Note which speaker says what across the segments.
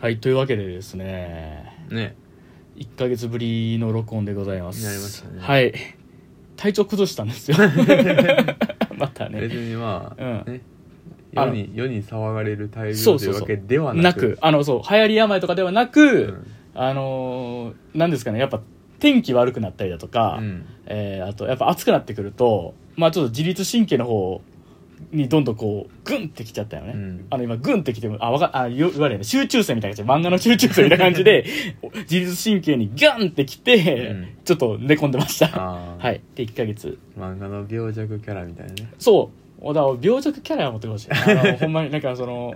Speaker 1: はいというわけでですね
Speaker 2: ね
Speaker 1: 1ヶ月ぶりの録音でございます
Speaker 2: なりましたね
Speaker 1: はい体調崩したんです よまた
Speaker 2: 別
Speaker 1: ね
Speaker 2: にまあ、
Speaker 1: うん
Speaker 2: ね
Speaker 1: あ
Speaker 2: 世
Speaker 1: の
Speaker 2: に世に騒がれる大
Speaker 1: そ
Speaker 2: 病
Speaker 1: う
Speaker 2: と
Speaker 1: そ
Speaker 2: いうう
Speaker 1: そう
Speaker 2: わけでは
Speaker 1: な
Speaker 2: な
Speaker 1: く
Speaker 2: く
Speaker 1: あのそう流行り病とかではな
Speaker 2: う
Speaker 1: く、
Speaker 2: ん
Speaker 1: あのーなんですかねやっぱ天気悪くなったりだとか、
Speaker 2: うん
Speaker 1: えーあとやっぱ暑くなってくるとまあちょっと自律神経の方にどんどんこうグンってきちゃったよね、
Speaker 2: うん
Speaker 1: あの今グンってきてもあわかあよ言われるね集中線みたいな感じで漫画の集中線みたいな感じ でお自律神経にガンってきて、
Speaker 2: うん
Speaker 1: ちょっと寝込んでました
Speaker 2: ああ、
Speaker 1: はいで1ヶ月
Speaker 2: 漫画の病弱キャラみたいなね
Speaker 1: そう小田は病弱キャラや持ってほしいあ のほんまになんかその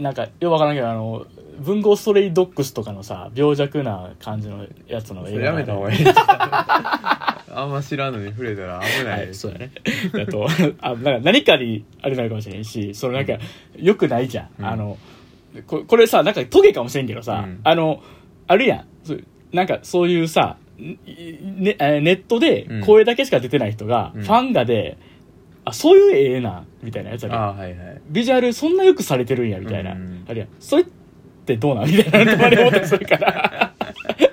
Speaker 1: なんかよくわからんけどあの文豪ストレイドッグスとかのさ病弱な感じのやつの
Speaker 2: そ
Speaker 1: 映画
Speaker 2: れやめた方がいいあんま知らんのに触れたら危な
Speaker 1: はいい、
Speaker 2: です、
Speaker 1: そうだね。あと、 あなんか何かにあれなるかもしれんし、そのなんか、良くないじゃん。
Speaker 2: うん
Speaker 1: あのこ、これさ、なんかトゲかもしれんけどさ、
Speaker 2: うん
Speaker 1: あの、あるやん。そうなんかそういうさ、ね、えネット
Speaker 2: う
Speaker 1: で
Speaker 2: ん
Speaker 1: 声だけしか出てない人が、
Speaker 2: うん
Speaker 1: ファンがで、あ、そういう絵ええな、みたいなやつあるやん
Speaker 2: ああはいはい
Speaker 1: ビジュアルそんなよくされてるんやみたいな、
Speaker 2: うん
Speaker 1: あれやそれってどうなんみたいなたまに思ったりするからだか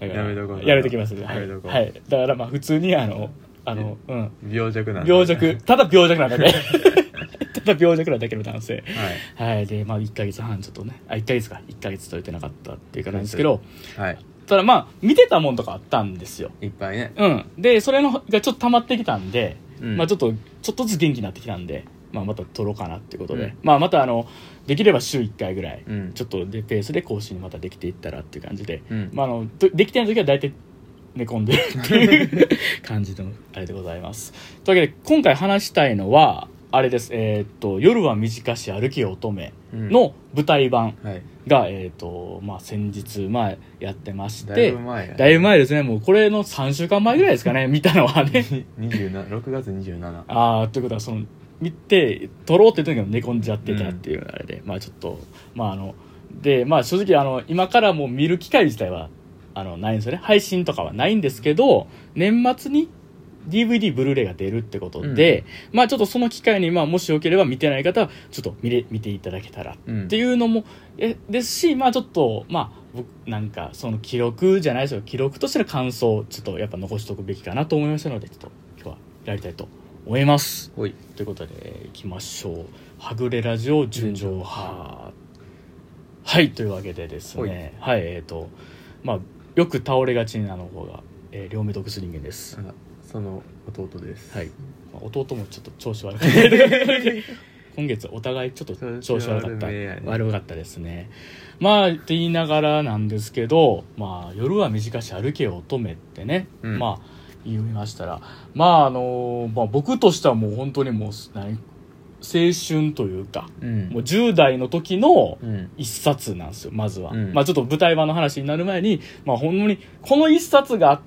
Speaker 1: ら
Speaker 2: やめとこう
Speaker 1: やめときますね
Speaker 2: やめとこう
Speaker 1: はい、はいだからまあ普通にあのあの、うん、
Speaker 2: 病弱なんだ
Speaker 1: 病弱ただ病弱なだけただ病弱なだけの男性はいでまあ1ヶ月半ちょっとねあ1ヶ月か1ヶ月とれてなかったっていう感じなんですけど
Speaker 2: はいはい
Speaker 1: ただまあ見てたもんとかあったんですよ
Speaker 2: いっぱいね
Speaker 1: うんでそれのがちょっと溜まってきたんで
Speaker 2: うん
Speaker 1: まあちょっとちょっとずつ元気になってきたんで、まあ、また撮ろうかなってことで、
Speaker 2: うん
Speaker 1: まあまたあのできれば週1回ぐらい、
Speaker 2: うん
Speaker 1: ちょっとでペースで更新またできていったらっていう感じで、
Speaker 2: うん
Speaker 1: まあ、あのどできてない時は大体寝込んでるっていう 感じのあれでございますというわけで今回話したいのはあれですえーっと「夜は短し歩きよ乙女」の舞台版
Speaker 2: はい
Speaker 1: が、えーっとまあ、先日、まあ、やってまし
Speaker 2: だい
Speaker 1: て
Speaker 2: ぶ前や
Speaker 1: だいぶ前ですねもうこれの3週間前ぐらいですかね見たのはね
Speaker 2: 27 6月27
Speaker 1: ああということはその見て撮ろうって言った時に寝込んじゃってたっていうあれで、まあちょっとまああのでまあ正直あの今からもう見る機会自体はあのないんですよね配信とかはないんですけど年末に DVD ブルーレイが出るってことで、まあちょっとその機会にまあもしよければ見てない方はちょっと見れ見ていただけたら
Speaker 2: うん
Speaker 1: っていうのもえですしまあちょっとまあ僕なんかその記録じゃないですよ記録としての感想をちょっとやっぱ残しておくべきかなと思いましたのでちょっと今日はやりたいと思います
Speaker 2: ほい
Speaker 1: ということでいきましょう「はぐれラジオ純情派」はいというわけでですねはいえっ、とまあよく倒れがちなの方が、えー両目洞窟人間です、
Speaker 2: あその弟です
Speaker 1: はい、まあ弟もちょっと調子悪く て今月お互いちょっと調子悪かった
Speaker 2: 調子悪めやね
Speaker 1: 悪かったですねまあって言いながらなんですけど、まあ、夜は短し歩けよ乙女ってね、
Speaker 2: うん
Speaker 1: まあ言いましたらまああのまあ、僕としてはもう本当にもう何青春というか
Speaker 2: うん
Speaker 1: もう10代の時の
Speaker 2: うん
Speaker 1: 一冊なんですよまずは、
Speaker 2: うん
Speaker 1: まあちょっと舞台版の話になる前にまあほんまにこの一冊があっ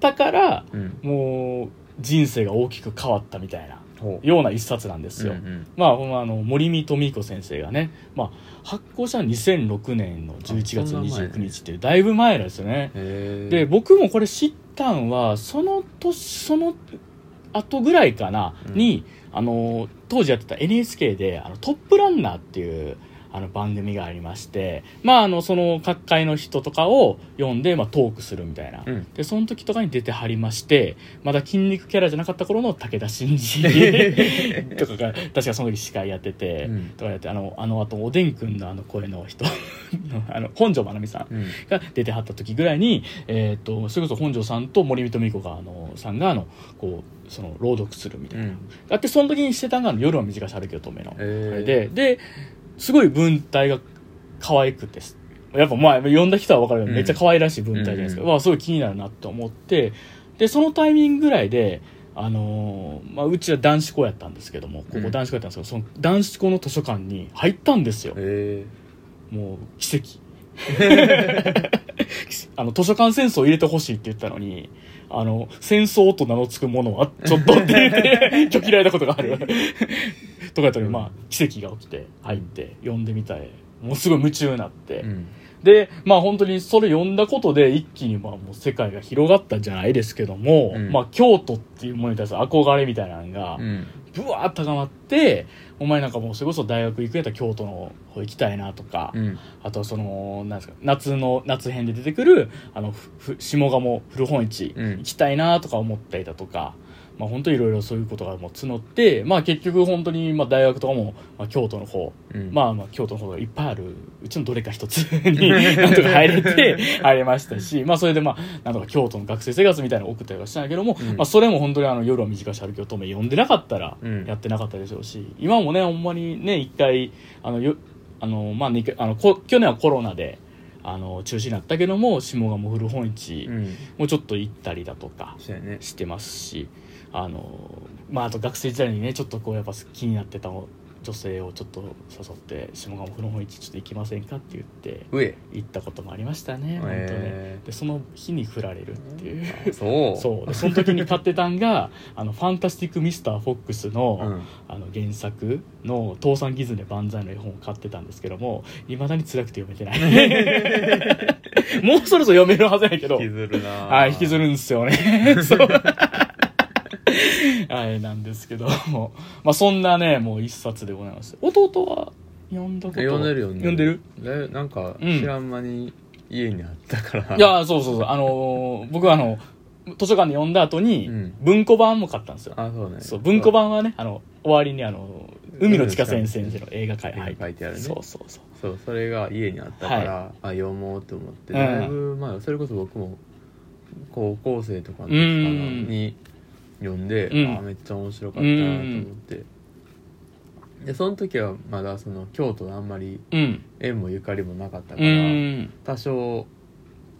Speaker 1: たから
Speaker 2: うん
Speaker 1: もう人生が大きく変わったみたいな
Speaker 2: ほう
Speaker 1: ような一冊なんですよ、
Speaker 2: うんうん
Speaker 1: まあほんまあの森見富彦先生がね、まあ、発行したのは2006年の11月
Speaker 2: あそんな前
Speaker 1: 29日っていうだいぶ前なんですよね
Speaker 2: へー
Speaker 1: で僕もこれ知ったんはその年その後ぐらいかな
Speaker 2: うん
Speaker 1: に、あの当時やってた NHK で「あのトップランナー」っていうあの番組がありましてまああのその各界の人とかを読んで、まあ、トークするみたいな、
Speaker 2: うん
Speaker 1: でその時とかに出てはりましてまだ筋肉キャラじゃなかった頃の武田真 治とかが確かその時司会やってて、
Speaker 2: うん
Speaker 1: とかやってあのあのあとおでんくんのあの声の人 あの本庄まなみさん
Speaker 2: うん
Speaker 1: が出てはった時ぐらいに、えー、とそれこそ本庄さんと森光美子があのさんがあのこうその朗読するみた
Speaker 2: う
Speaker 1: いな、
Speaker 2: ん
Speaker 1: だってその時にしてたんがあの夜は短し歩けよ乙女の、
Speaker 2: え
Speaker 1: あ
Speaker 2: ー
Speaker 1: れでですごい文体が可愛くてやっぱまあ読んだ人は分かるよ、
Speaker 2: うん
Speaker 1: めっちゃ可愛らしい文体じゃないですか、
Speaker 2: うん
Speaker 1: わあすごい気になるなと思ってでそのタイミングぐらいで、あのーまあ、うちは男子校やったんですけどもこ
Speaker 2: う
Speaker 1: こ
Speaker 2: ん
Speaker 1: 男子校やったんですけど、その男子校の図書館に入ったんですよ、
Speaker 2: え
Speaker 1: もう奇跡 あの図書館戦争を入れてほしいって言ったのにあの戦争と名の付くものはちょっとって言って 拒否られたことがあるとかやったらまあ奇跡が起きて入って読んでみたいもうすごい夢中になって、
Speaker 2: ーうん
Speaker 1: で、まあ本当にそれ読んだことで一気にまあもう世界が広がったんじゃないですけども、
Speaker 2: うん
Speaker 1: まあ京都っていうものに対する憧れみたいなのが
Speaker 2: う、ん
Speaker 1: ブワーッと高まって、お前なんかもうそれこそ大学行くんやったら京都の方行きたいなとか、
Speaker 2: うん
Speaker 1: あとはその、なんですか、夏の、夏編で出てくる、あの、ふふ下鴨古本市
Speaker 2: うん
Speaker 1: 行きたいなとか思ったりだとか、まあ本当いろいろそういうことがもう募って、まあ結局本当に、まあ大学とかも、まあ京都の方、
Speaker 2: うん
Speaker 1: まあまあ京都の方がいっぱいある、うちのどれか一つ になんとか入れて、入れましたし、まあそれでまあ、なんとか京都の学生生活みたいなのを送ったりはしたんだけども、
Speaker 2: うん
Speaker 1: まあそれも本当にあの夜は短し歩きを止め読んでなかったら
Speaker 2: うん
Speaker 1: やってなかったでしょうし、今もね、ほんまにね、一回、あの、よ、あの、まあ二回、あの、こ去年はコロナで、あの、中止になったけども、下鴨古本市
Speaker 2: うん
Speaker 1: もうちょっと行ったりだとか、
Speaker 2: そうやね
Speaker 1: してますしあのまああと学生時代にねちょっとこうやっぱ気になってた女性をちょっと誘って「下鴨古本市ちょっと行きませんか?」って言って
Speaker 2: 上
Speaker 1: 行ったこともありましたね、本当ね
Speaker 2: え
Speaker 1: でその日に振られるっていう、
Speaker 2: ーそう
Speaker 1: そうでその時に買ってたんが「あのファンタスティック・ミスター・フォックスの」
Speaker 2: うん
Speaker 1: あの原作の「倒産ギズネ万歳」の絵本を買ってたんですけどもいまだに辛くて読めてない もうそろそろ読めるはずやけど
Speaker 2: 引きずるな
Speaker 1: はい、引きずるんですよ ね。そう。はい、なんですけども。まあ、そんなね、もう一冊でございます。弟は読んだこと
Speaker 2: 読んでるよね
Speaker 1: 読んでる
Speaker 2: だいなんか
Speaker 1: うん
Speaker 2: 知らん間に家にあったから
Speaker 1: いや、そうそうそう。あのー僕はあの、図書館で読んだ後に
Speaker 2: うん、
Speaker 1: 文庫版も買ったんですよ。
Speaker 2: あそうね
Speaker 1: そう、文庫版はね、あの、終わりにあの、海の地下先生の映画会
Speaker 2: 絵
Speaker 1: 入
Speaker 2: に書いてあるね
Speaker 1: そうそうそう。
Speaker 2: そうそれが家にあったから、あ読もうと思って
Speaker 1: うん
Speaker 2: だいぶ前、それこそ僕も高校生とかの時かな
Speaker 1: うん
Speaker 2: に読んで、
Speaker 1: うん
Speaker 2: あめっちゃ面白かったなと思って、でその時はまだその京都のあんまり
Speaker 1: うん。
Speaker 2: 縁もゆかりもなかったか
Speaker 1: う
Speaker 2: ら、
Speaker 1: ん。
Speaker 2: 多少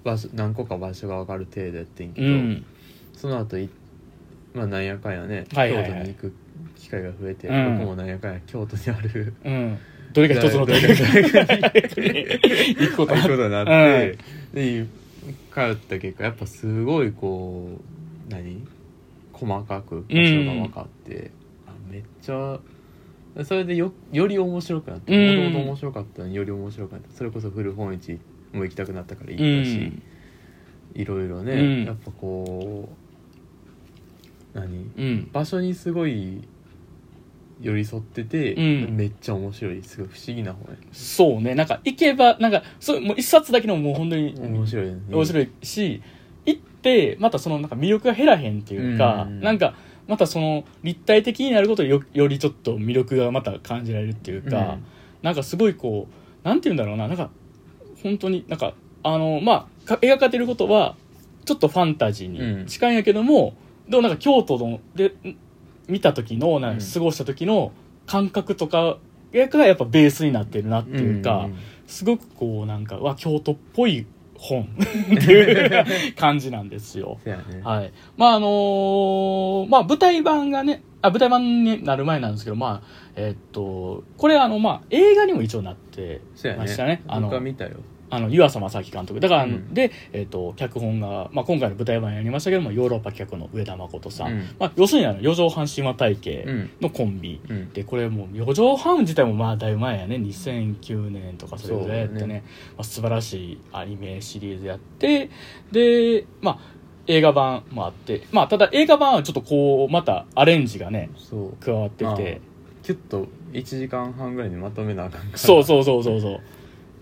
Speaker 2: 場所何個か場所が分かる程度やってんけ
Speaker 1: う
Speaker 2: ど、
Speaker 1: ん。
Speaker 2: その後いまあなんやかんやね、
Speaker 1: はいはいはい
Speaker 2: 京都に行く機会が増えて、
Speaker 1: うん
Speaker 2: 僕もなんやかんや京都にある
Speaker 1: うん。どれか一つの大学に 行くこ
Speaker 2: ことと
Speaker 1: に
Speaker 2: に
Speaker 1: なって
Speaker 2: なって、で通った結果やっぱすごいこう何細かく場所が分かって、あめっちゃそれでよより面白くなって
Speaker 1: うん
Speaker 2: もともと面白かったのにより面白くなってそれこそ古本市も行きたくなったから行
Speaker 1: う
Speaker 2: ったし
Speaker 1: ん、。
Speaker 2: いろいろね、
Speaker 1: うん
Speaker 2: やっぱこう何
Speaker 1: うん。
Speaker 2: 場所にすごい寄り添ってて、
Speaker 1: うん
Speaker 2: めっちゃ面白いすごい不思議な本や
Speaker 1: そうね。なんか、行けば、なんか、そう、もう一冊だけのもう本当に
Speaker 2: 面白い、ね、
Speaker 1: 面白いし、行って、またそのなんか魅力が減らへんっていうか、
Speaker 2: うん
Speaker 1: なんか、またその立体的になることでよよりちょっと魅力がまた感じられるっていうか、なんかすごいこう、なんて言うんだろうな、なんか、本当になんか、あの、まあ、か描かれてることは、ちょっとファンタジーに近いんやけども、でもなんか京都のでん見た時のなんか
Speaker 2: うん
Speaker 1: 過ごした時の感覚とかがやっぱベースになってるなって
Speaker 2: うん
Speaker 1: いうか、
Speaker 2: ん
Speaker 1: すごくこうなんかうわ京都っぽい本っていう 感じなんですよ。
Speaker 2: そうやね
Speaker 1: はい。まああのーまあ舞台版がね、あ、舞台版になる前なんですけど、まあ、えっと、これあの、まあ映画にも一応なって
Speaker 2: そうや
Speaker 1: ま
Speaker 2: ね
Speaker 1: したね。あの
Speaker 2: 僕は見たよ
Speaker 1: あの湯浅正樹監督だから、あの
Speaker 2: うん
Speaker 1: で、えっと脚本が、まあ、今回の舞台版やりましたけどもヨーロッパ企画の上田誠さん、
Speaker 2: うん
Speaker 1: まあ、要するにあの四畳半神話体系
Speaker 2: うん
Speaker 1: のコンビ、
Speaker 2: うん
Speaker 1: でこれもう四畳半自体もまあだいぶ前やね2009年とかそれぐらいやってね
Speaker 2: そうね
Speaker 1: まあ、素晴らしいアニメシリーズやってでまあ映画版もあってまあただ映画版はちょっとこうまたアレンジがね
Speaker 2: そう
Speaker 1: 加わってきて
Speaker 2: キュッと1時間半ぐらいにまとめなあかんから
Speaker 1: そうそうそうそうそう。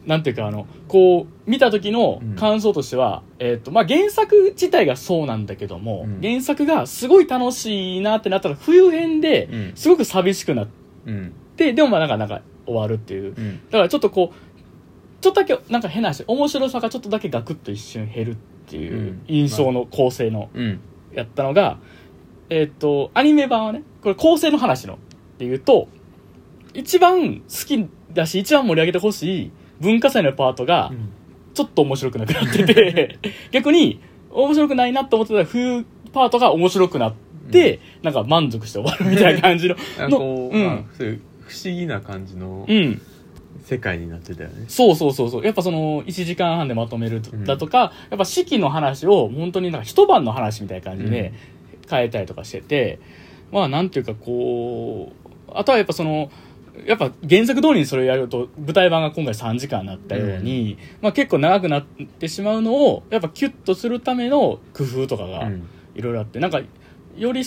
Speaker 1: なんていうか、あの、こう、見た時の感想としては、えっ、と、まあ、原作自体がそうなんだけども、
Speaker 2: うん
Speaker 1: 原作がすごい楽しいなってなったら、冬編で
Speaker 2: う、ん
Speaker 1: すごく寂しくなっ
Speaker 2: うん
Speaker 1: て、でもまあ、なんか、なんか、終わるっていう。
Speaker 2: うん
Speaker 1: だからちょっとこう、ちょっとだけ、なんか変な話、面白さがちょっとだけガクッと一瞬減るっていう
Speaker 2: うん
Speaker 1: 印象の構成の、
Speaker 2: うん、
Speaker 1: やったのが、えっ、と、アニメ版はね、これ構成の話のっていうと、一番好きだし、一番盛り上げてほしい文化祭のパートが、ちょっと面白くなくなって て、逆に、面白くないなと思ってた冬パートが面白くなって、なんか満足して終わるみたいな感 じの
Speaker 2: なんかこう、
Speaker 1: うん
Speaker 2: まあそういう不思議な感じの
Speaker 1: うん。
Speaker 2: 世界になってたよね
Speaker 1: そうそうそうそう。やっぱその、1時間半でまとめると
Speaker 2: うん
Speaker 1: だとか、やっぱ四季の話を本当になんか一晩の話みたいな感じ
Speaker 2: う
Speaker 1: で
Speaker 2: ん
Speaker 1: 変えたりとかしてて、まあなんていうかこう、あとはやっぱその、やっぱ原作通りにそれをやると舞台版が今回3時間になったように、まあ、結構長くなってしまうのをやっぱキュッとするための工夫とかが
Speaker 2: うん
Speaker 1: いろいろあってなんかより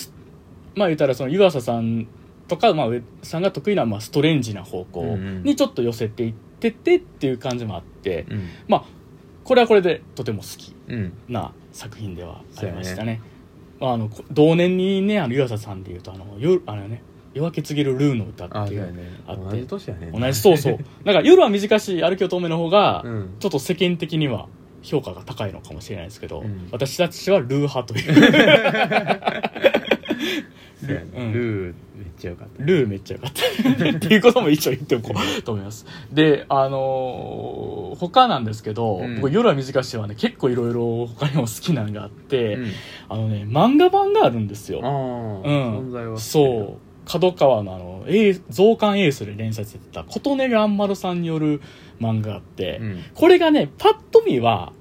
Speaker 1: まあ言ったらその湯浅さんとか、まあ、上田さんが得意なまあストレンジな方向にちょっと寄せていってってっていう感じもあって、
Speaker 2: うん
Speaker 1: まあこれはこれでとても好き
Speaker 2: うん
Speaker 1: な作品ではありましたね。まあ、あのこ同年にねあの湯浅さんでいうとあの夜あの、ね「夜明け告げるルーの歌」
Speaker 2: あ
Speaker 1: っ
Speaker 2: そ
Speaker 1: てい
Speaker 2: うや
Speaker 1: う
Speaker 2: ね
Speaker 1: あって
Speaker 2: 同じ年やね
Speaker 1: 同じそう そうなんか夜は短し歩き乙女の方が
Speaker 2: うん
Speaker 1: ちょっと世間的には評価が高いのかもしれないですけど、
Speaker 2: うん
Speaker 1: 私たちはルー派という
Speaker 2: そうやね
Speaker 1: うん
Speaker 2: ルーめっちゃ良かった
Speaker 1: ルーめっちゃよかった っていうことも一応言っておこうと思いますであのー他なんですけど、
Speaker 2: うん
Speaker 1: 僕夜は短しはね結構いろいろ他にも好きなのがあって、
Speaker 2: うん
Speaker 1: あのね漫画版があるんですよ
Speaker 2: あ
Speaker 1: う
Speaker 2: あ
Speaker 1: ん
Speaker 2: 存在は
Speaker 1: そう角川のあの、エー増刊エースで連載されてた琴音がんまるさんによる漫画があって、
Speaker 2: うん
Speaker 1: これがねパッと見は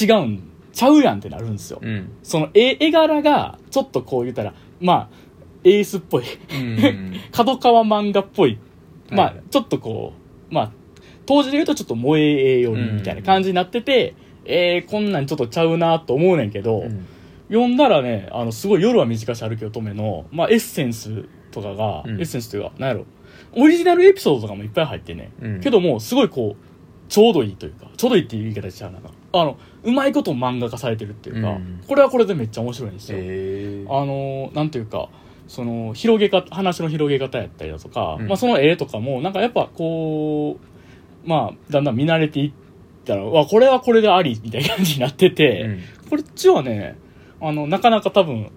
Speaker 1: 違うんちゃうやんってなるんですよ、
Speaker 2: うん
Speaker 1: その絵絵柄がちょっとこう言ったらまあエースっぽい
Speaker 2: うん
Speaker 1: 角川漫画っぽいまあ、
Speaker 2: はい
Speaker 1: ちょっとこうまあ当時で言うとちょっと萌え絵よりみたいな感じになってて、えー、こんなんちょっとちゃうなと思うねんけど、
Speaker 2: うん
Speaker 1: 読んだらねあのすごい「夜は短し歩き乙女の」まあ、エッセンスとかが、
Speaker 2: うん
Speaker 1: エッセンスというか何やろオリジナルエピソードとかもいっぱい入ってね、
Speaker 2: うん
Speaker 1: けどもすごいこうちょうどいいというかちょうどいいっていう言い方しちゃうなあのうまいこと漫画化されてるっていうか、
Speaker 2: うん
Speaker 1: これはこれでめっちゃ面白いんですよ、
Speaker 2: えー
Speaker 1: あのなんていうかその広げ方話の広げ方やったりだとか、
Speaker 2: うん
Speaker 1: まあ、その絵とかもなんかやっぱこうまあだんだん見慣れていったらうわこれはこれでありみたいな感じになってて、
Speaker 2: うん
Speaker 1: こっちはねあのなかなか多分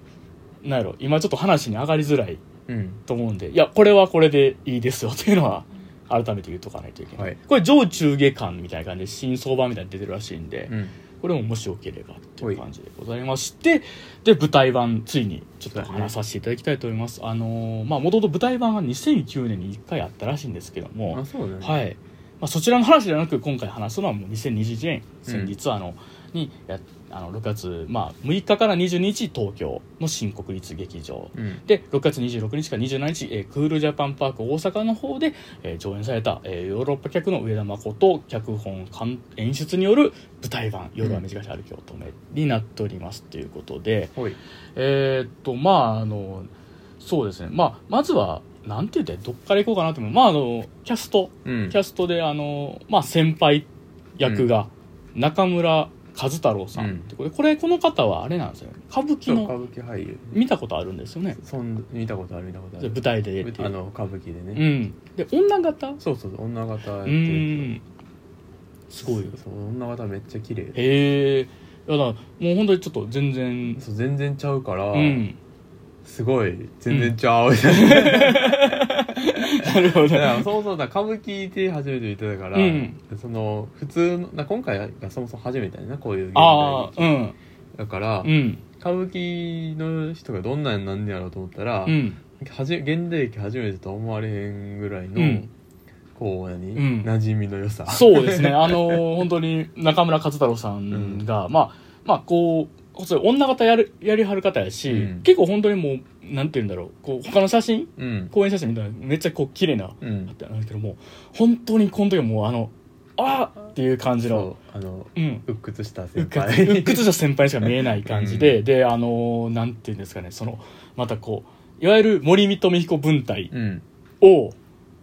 Speaker 1: なんやろ今ちょっと話に上がりづらい
Speaker 2: うん
Speaker 1: と思うんでいやこれはこれでいいですよっていうのは改めて言っとかないといけない、
Speaker 2: はい
Speaker 1: これ上中下巻みたいな感じで新相場みたいに出てるらしいんで、
Speaker 2: うん
Speaker 1: これももしよければっていう感じでございましてで舞台版ついにちょっと話させていただきたいと思います、あのーまあもともと舞台版は2009年に1回あったらしいんですけども、
Speaker 2: あそうだね
Speaker 1: はいまあ、そちらの話ではなく今回話すのはもう2021年先日あの、にやあの6月、まあ、6日から22日東京の新国立劇場
Speaker 2: うん
Speaker 1: で6月26日から27日、えークールジャパンパーク大阪の方で、えー上演された、えーヨーロッパ客の上田誠脚本監演出による舞台版「夜は短し歩き乙女」になっておりますということで、
Speaker 2: ほい
Speaker 1: えーっとまああのそうですね、まあ、まずはなんて言ったらどっから行こうかなと思う、まあ、あのキャスト
Speaker 2: うん
Speaker 1: キャストであの、まあ、先輩役が中村和太郎さんってことで、これこの方はあれなんですよね歌舞
Speaker 2: そ
Speaker 1: 伎
Speaker 2: う歌
Speaker 1: の
Speaker 2: 舞伎俳優
Speaker 1: 見たことあるんですよね
Speaker 2: そん見たことある見たことあ
Speaker 1: で
Speaker 2: る
Speaker 1: 舞台で出て
Speaker 2: あの歌舞伎で
Speaker 1: う
Speaker 2: ね
Speaker 1: んで女型う
Speaker 2: そうそうそう女形やって
Speaker 1: ー
Speaker 2: る
Speaker 1: んすごいよ
Speaker 2: そう女形めっちゃ綺麗
Speaker 1: へえいやだからもう本当にちょっと全然
Speaker 2: そう全然ちゃうから
Speaker 1: うん
Speaker 2: すごい全然ち ゃう
Speaker 1: なるほど
Speaker 2: だからそうそうだから歌舞伎で初めて見てたから
Speaker 1: うん
Speaker 2: その普通のだから今回がそもそも初めてやなこういう現
Speaker 1: ああ
Speaker 2: 代
Speaker 1: うん
Speaker 2: だから
Speaker 1: うん
Speaker 2: 歌舞伎の人がどんなんなんねやろうと思ったら
Speaker 1: うん
Speaker 2: はじ現代劇初めてとは思われへんぐらいの、
Speaker 1: うん
Speaker 2: こう何、
Speaker 1: うん
Speaker 2: 馴染みの良さ
Speaker 1: そうですね、あのー本当に中村勝太郎さんが、まあ、まあ、こう、そう女方やるやりはる方やし、
Speaker 2: うん
Speaker 1: 結構本当にもう、なんて言うんだろう、こう、他の写真、
Speaker 2: うん
Speaker 1: 公演写真みたいな、めっちゃこう、綺麗な、
Speaker 2: う
Speaker 1: あっ
Speaker 2: ん
Speaker 1: たんだけども、本当にこの時はもう、あの、あーっていう感じの、
Speaker 2: そうあの
Speaker 1: うん。
Speaker 2: 鬱屈した
Speaker 1: うっ
Speaker 2: 先
Speaker 1: かつ
Speaker 2: 輩
Speaker 1: うっくつした先輩しか見えない感じで、で、あのーなんていうんですかね、その、またこう、いわゆる森見富彦文体
Speaker 2: うん
Speaker 1: を、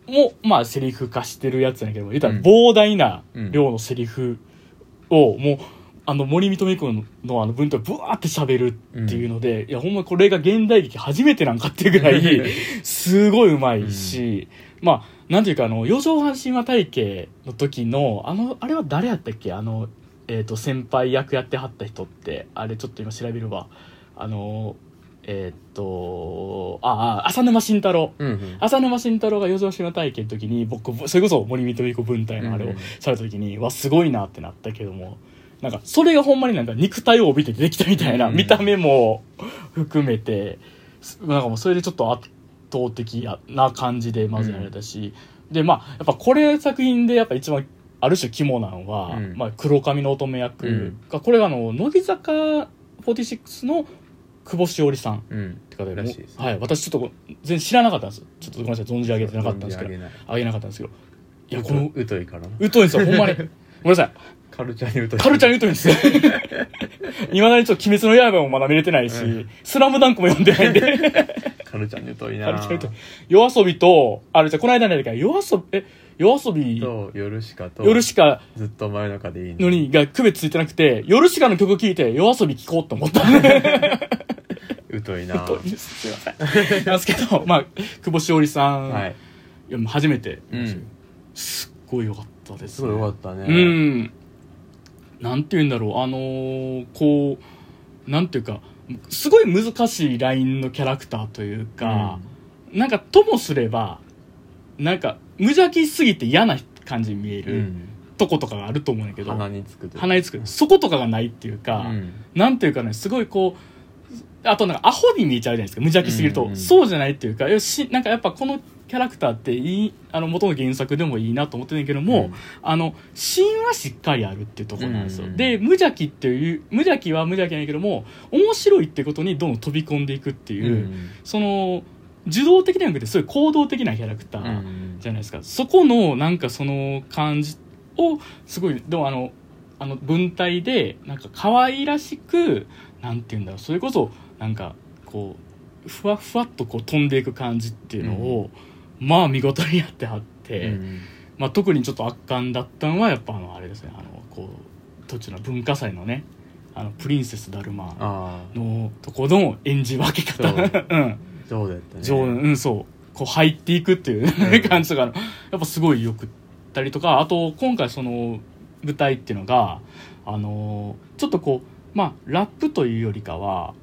Speaker 1: も、まあ、セリフ化してるやつやけども、言ったら
Speaker 2: うん
Speaker 1: 膨大な量のセリフを、もう、あの、森見くんのあの文とブワーって喋るっていうので、いや、ほんまこれが現代劇初めてなんかっていうぐらい、すごい上手いし、まあ、なんていうか、あの、四畳半神話体系の時の、あの、あれは誰やったっけあの、えっ、と、先輩役やってはった人って、あれちょっと今調べるわ。あの、えっ、と、ああ、浅沼慎太郎。
Speaker 2: うんうん
Speaker 1: 浅沼慎太郎が四条島体験の時に僕それこそ森見と彦文体のあれ
Speaker 2: うん
Speaker 1: を
Speaker 2: うん
Speaker 1: された時に、わすごいなってなったけどもなんかそれがほんまになんか肉体を帯びて出てきたみたいな
Speaker 2: うん
Speaker 1: 見た目も含めてすなんかもうそれでちょっと圧倒的やな感じでまずやられたし、でまあやっぱこれ作品でやっぱ一番ある種肝なのは、
Speaker 2: うん
Speaker 1: まあ、黒髪の乙女役が、これがあの乃木坂46の久保しおりさんっ
Speaker 2: うん
Speaker 1: て方で
Speaker 2: ら
Speaker 1: も
Speaker 2: しいです
Speaker 1: う
Speaker 2: ね
Speaker 1: はい、私ちょっとこ全然知らなかったんですちょっとごめんなさい存じ上げてなかったんですけど
Speaker 2: 存じ上げない
Speaker 1: あげなかったんですけどい
Speaker 2: い
Speaker 1: や
Speaker 2: や
Speaker 1: こ
Speaker 2: こ
Speaker 1: の
Speaker 2: の疎いからな
Speaker 1: 疎いんですよほんまにごめんなさい
Speaker 2: カルチャーに疎い
Speaker 1: カルチャーに疎いんですよ いまだにちょっと「鬼滅の刃」もまだ見れてないし「
Speaker 2: うん
Speaker 1: スラムダンクも読んで ないんで
Speaker 2: カルチャーに疎いな
Speaker 1: カルチャーに疎い夜遊びとあれじゃこの間のやつか夜遊びえ夜遊び
Speaker 2: と夜しかと
Speaker 1: 夜しか
Speaker 2: ずっと真夜中でいい
Speaker 1: のにが区別ついてなくて夜しかの曲聴いて夜遊び聴こうと思った
Speaker 2: 疎いな
Speaker 1: とすいませんなんですけどまあ久保しおりさん、、
Speaker 2: はいい
Speaker 1: やもう初めて、
Speaker 2: うん
Speaker 1: すっごい良かったです、ね、
Speaker 2: すごいよかったね
Speaker 1: うんなんて言うんだろうあのーこうなんていうかすごい難しいラインのキャラクターというか、なんかともすればなんか無邪気すぎて嫌な感じに見え
Speaker 2: う
Speaker 1: る、
Speaker 2: ん
Speaker 1: とことかがあると思うんだけど
Speaker 2: 鼻につくと
Speaker 1: 鼻につくそことかがないっていうか、
Speaker 2: うん
Speaker 1: なんていうかね、すごいこう、あとなんかアホに見えちゃうじゃないですか、無邪気すぎると。
Speaker 2: うんうん
Speaker 1: そうじゃないっていうか、よし、なんかやっぱこのキャラクターっていい、あの、元の原作でもいいなと思ってんねんけども、
Speaker 2: うん
Speaker 1: あの、芯はしっかりあるっていうところなんですよ。
Speaker 2: うんうん
Speaker 1: で、無邪気っていう、無邪気は無邪気なんやけども、面白いってことにどんどん飛び込んでいくっていう、
Speaker 2: うん
Speaker 1: その、受動的ではなくて、そういう行動的なキャラクター。
Speaker 2: うん
Speaker 1: じゃないですかそこのなんかその感じをすごいでもあのあの文体でなんか可愛らしくなんて言うんだろうそれこそなんかこうふわふわっとこう飛んでいく感じっていうのを、まあ見事にやってはって、
Speaker 2: うん
Speaker 1: まあ、特にちょっと圧巻だったのはやっぱあのあれですねあのこう途中の文化祭のねあのプリンセスだるま
Speaker 2: ああ
Speaker 1: のとこの演じ分け方、
Speaker 2: そ
Speaker 1: うん、
Speaker 2: う上手やったね
Speaker 1: 上うんそうこう入っていくっていう、
Speaker 2: うん
Speaker 1: 感じがあのやっぱすごいよくったりとかあと今回その舞台っていうのがあのーちょっとこうまあラップというよりかは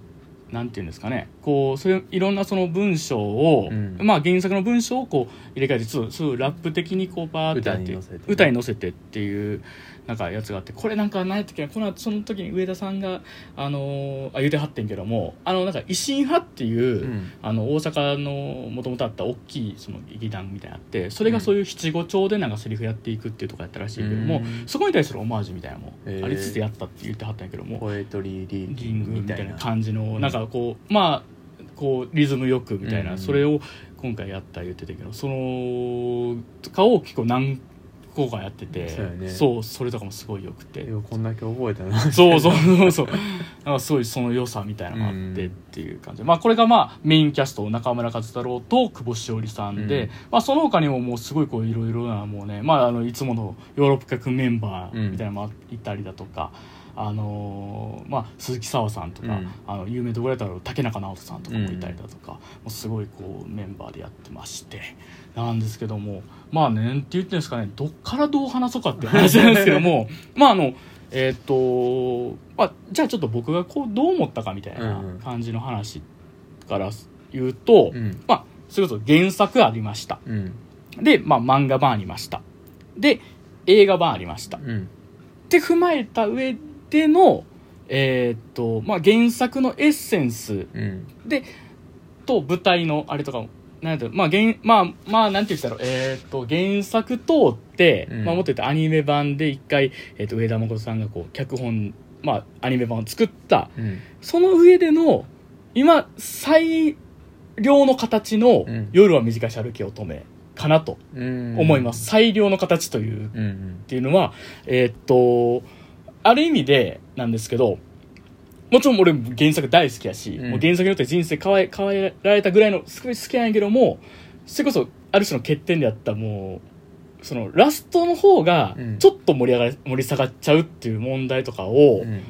Speaker 1: なんていうんですかねこうそういういろんなその文章を、
Speaker 2: うん
Speaker 1: まあ原作の文章をこう入れ替えてちょっとそういうラップ的にこうバーってやって
Speaker 2: 歌に乗せてね
Speaker 1: 歌に乗せてっていうなんかやつがあってこれなんか何やったっけなこのその時に上田さんがあのーあ言うてはってんけどもあのなんか維新派っていう、
Speaker 2: うん
Speaker 1: あの大阪のもともとあった大きいその劇団みたいなのあってそれがそういう七五調でなんかセリフやっていくっていうとこやったらしいけども、
Speaker 2: うん
Speaker 1: そこに対するオマージュみたいなのも
Speaker 2: へー
Speaker 1: ありつつやったって言ってはったんやけども、
Speaker 2: ポエトリーリーデ
Speaker 1: リ
Speaker 2: ィ
Speaker 1: ン
Speaker 2: ン
Speaker 1: グ
Speaker 2: グ
Speaker 1: み
Speaker 2: み
Speaker 1: た
Speaker 2: た
Speaker 1: い
Speaker 2: い
Speaker 1: な
Speaker 2: な
Speaker 1: 感じの、
Speaker 2: うん
Speaker 1: なんかこうまあこうリズムよくみたいな、
Speaker 2: うん
Speaker 1: それを今回やった言ってたけどそのとかを結構何個かやってて
Speaker 2: そうやね
Speaker 1: そうそれとかもすごいよくて
Speaker 2: ようこんだけ覚えたな
Speaker 1: そうそうそうそう。なんかすごいその良さみたいなのがあってっていう感じで。まあこれがまあメインキャスト、中村和太郎と久保しおりさんで、
Speaker 2: うん
Speaker 1: まあその他にももうすごいこういろいろなもうね、まああのいつものヨーロッパ客メンバーみたいなのもいたりだとか、あのーまあ鈴木沙さんとか、
Speaker 2: うん
Speaker 1: あの有名どころやったら竹中直人さんとかもいたりだとか、もうすごいこうメンバーでやってまして。なんですけどもまあねなんて言ってんですかねどっからどう話そうかって話なんですけど もまああのえーっ、と、まあ、じゃあちょっと僕がこうどう思ったかみたいな
Speaker 2: うんうん
Speaker 1: 感じの話から言うと、
Speaker 2: うん
Speaker 1: まあそれこそ原作ありました
Speaker 2: うん
Speaker 1: で、まあ、漫画版ありましたで映画版ありましたっ
Speaker 2: うん
Speaker 1: て踏まえた上でのえーっ、と、まあ、原作のエッセンス
Speaker 2: うん
Speaker 1: でと舞台のあれとかもなんだろうまあ原まあまあなんて言ったらえーっと原作通って、
Speaker 2: うん
Speaker 1: まあもっと言ってアニメ版で一回、えーっと上田誠さんがこう脚本まあアニメ版を作った
Speaker 2: うん
Speaker 1: その上での今最良の形の
Speaker 2: うん
Speaker 1: 「夜は短し歩き乙女」かなと
Speaker 2: うん
Speaker 1: 思います、最良の形という
Speaker 2: うんうん
Speaker 1: っていうのは、えーっと、ある意味でなんですけど、もちろん俺原作大好きやし、
Speaker 2: うん
Speaker 1: もう原作によって人生変え、変えられたぐらいの、すごい好きなんやけども、それこそ、ある種の欠点であったもう、そのラストの方が
Speaker 2: うん
Speaker 1: ちょっと盛り上がり盛り下がっちゃうっていう問題とかを、
Speaker 2: うん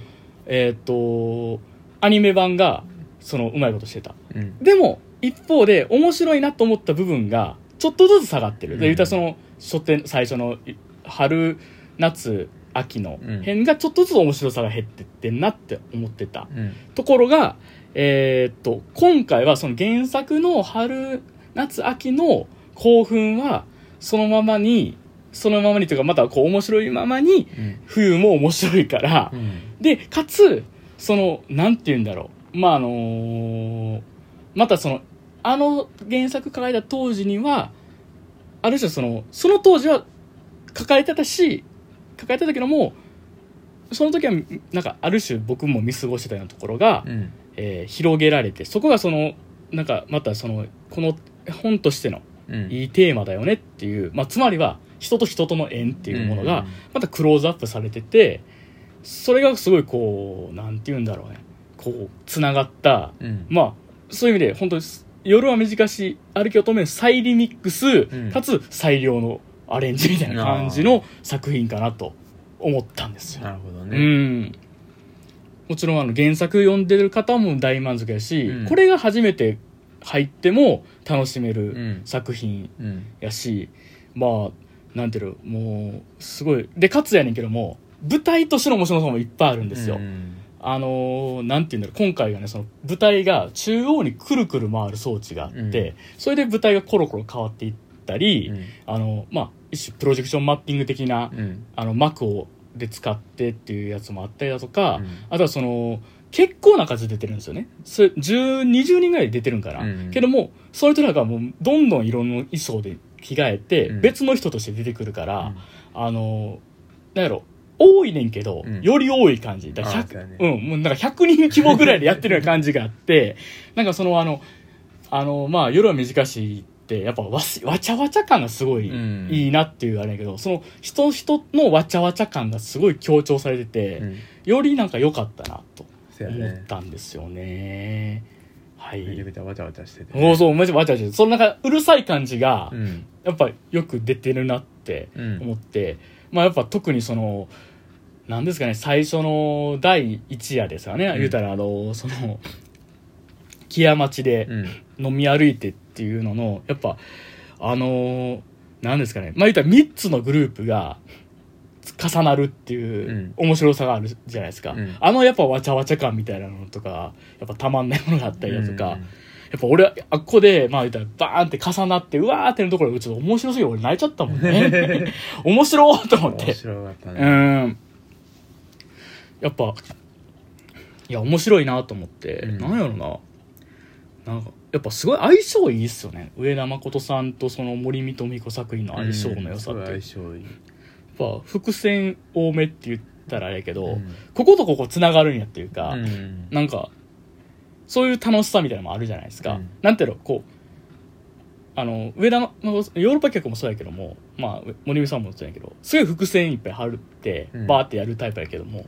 Speaker 1: えーっ、とアニメ版がそのうまいことしてた
Speaker 2: うん
Speaker 1: でも一方で面白いなと思った部分がちょっとずつ下がってる、
Speaker 2: うん
Speaker 1: で言うたらその初手最初のい春夏秋の
Speaker 2: うん
Speaker 1: 辺がちょっとずつ面白さが減ってってんなって思ってた
Speaker 2: うん
Speaker 1: ところが、えーっと今回はその原作の春夏秋の興奮はそのままにそのままにというかまたこう面白いままに
Speaker 2: うん
Speaker 1: 冬も面白いから、
Speaker 2: うん
Speaker 1: でかつそのなんて言うんだろうまああのーまたそのあの原作書かれた当時にはある種そのその当時は書かれてたし書かれてたけどもその時はなんかある種僕も見過ごしてたようなところが、
Speaker 2: うん
Speaker 1: えー広げられてそこがそのなんかまたそのこの本としての
Speaker 2: うん
Speaker 1: いいテーマだよねっていう、まあ、つまりは人と人との縁っていうものがまたクローズアップされててそれがすごいこうなんて言うんだろうねこうつながった
Speaker 2: うんうん
Speaker 1: まあそういう意味で本当に夜は短し歩き乙女の再リミックス、
Speaker 2: ん
Speaker 1: かつ最良のアレンジみたいな感じの作品かなと思ったんですよ
Speaker 2: なるほど
Speaker 1: う
Speaker 2: ね
Speaker 1: ん、もちろんあの原作読んでる方も大満足やし、
Speaker 2: うん
Speaker 1: これが初めて入っても楽しめ
Speaker 2: う
Speaker 1: る
Speaker 2: ん
Speaker 1: 作品
Speaker 2: うん
Speaker 1: やし、まあなんていうのもうすごいでかつやねんけども舞台としての面白さもいっぱいあるんですよ、
Speaker 2: うん
Speaker 1: あのーなんていうんだろう今回がねその舞台が中央にくるくる回る装置があって、
Speaker 2: うん
Speaker 1: それで舞台がコロコロ変わっていったり、
Speaker 2: うん
Speaker 1: あのまあ一種プロジェクションマッピング的な、
Speaker 2: うん
Speaker 1: あの幕をで使ってっていうやつもあったりだとか、
Speaker 2: うん
Speaker 1: あとはその結構な数出てるんですよねそれ10 20人ぐらい出てるんかな、
Speaker 2: うん
Speaker 1: けどもそれとなんかもうどんどん色の衣装で着替えて、
Speaker 2: うん
Speaker 1: 別の人として出てくるから、
Speaker 2: うん
Speaker 1: あのなんやろ多いねんけど、
Speaker 2: うん
Speaker 1: より多い感じだ
Speaker 2: あ
Speaker 1: 1
Speaker 2: ーそうやね
Speaker 1: うんもうなんか100人規模ぐらいでやってるような感じがあって なんかそのあのあのまあ夜は短しってやっぱわしわちゃわちゃ感がすごい、
Speaker 2: うん
Speaker 1: いいなっていうあれやけどその人人のわちゃわちゃ感がすごい強調されてて、
Speaker 2: うん
Speaker 1: よりなんか良かったなと
Speaker 2: そや
Speaker 1: 思
Speaker 2: ね
Speaker 1: ったんですよねは
Speaker 2: めちゃ
Speaker 1: い
Speaker 2: めちゃわちゃわちゃしてて
Speaker 1: そうそうめちゃわちゃわちゃしてそのなんかうるさい感じが
Speaker 2: うん
Speaker 1: やっぱよく出てるなって
Speaker 2: うん
Speaker 1: 思って、まあやっぱ特にそのなんですかね最初の第一夜ですよね、
Speaker 2: うん
Speaker 1: 言うたらあのその木屋町で
Speaker 2: うん
Speaker 1: 飲み歩いてっていうののやっぱあのーなんですかねまあ言ったら3つのグループが重なるっていう面白さがあるじゃないですか、
Speaker 2: うん
Speaker 1: あのやっぱわちゃわちゃ感みたいなのとかやっぱたまんないものがあったりだとか、
Speaker 2: うん
Speaker 1: やっぱ俺はあっこでまあ言ったらバーンって重なってうわーってのところがちょっと面白すぎて俺泣いちゃったもん ね面白ーと思って
Speaker 2: 面白かった
Speaker 1: う
Speaker 2: ね
Speaker 1: んやっぱいや面白いなと思って、
Speaker 2: うん
Speaker 1: なんやろななんかやっぱすごい相性いいっすよね上田誠さんとその森見と美子作品の相性の良さって、
Speaker 2: うん
Speaker 1: や
Speaker 2: すご
Speaker 1: っ
Speaker 2: い相性いい
Speaker 1: ぱ伏線多めって言ったらあれやけど、
Speaker 2: うん
Speaker 1: こことここつながるんやっていうか、
Speaker 2: うん
Speaker 1: なんかそういう楽しさみたいなのもあるじゃないですか、
Speaker 2: うん
Speaker 1: なんていうのこうあの上田のヨーロッパ客もそうやけども、まあ、森美さんもそうやけどすごい伏線いっぱい張って
Speaker 2: うん
Speaker 1: バーってやるタイプやけども、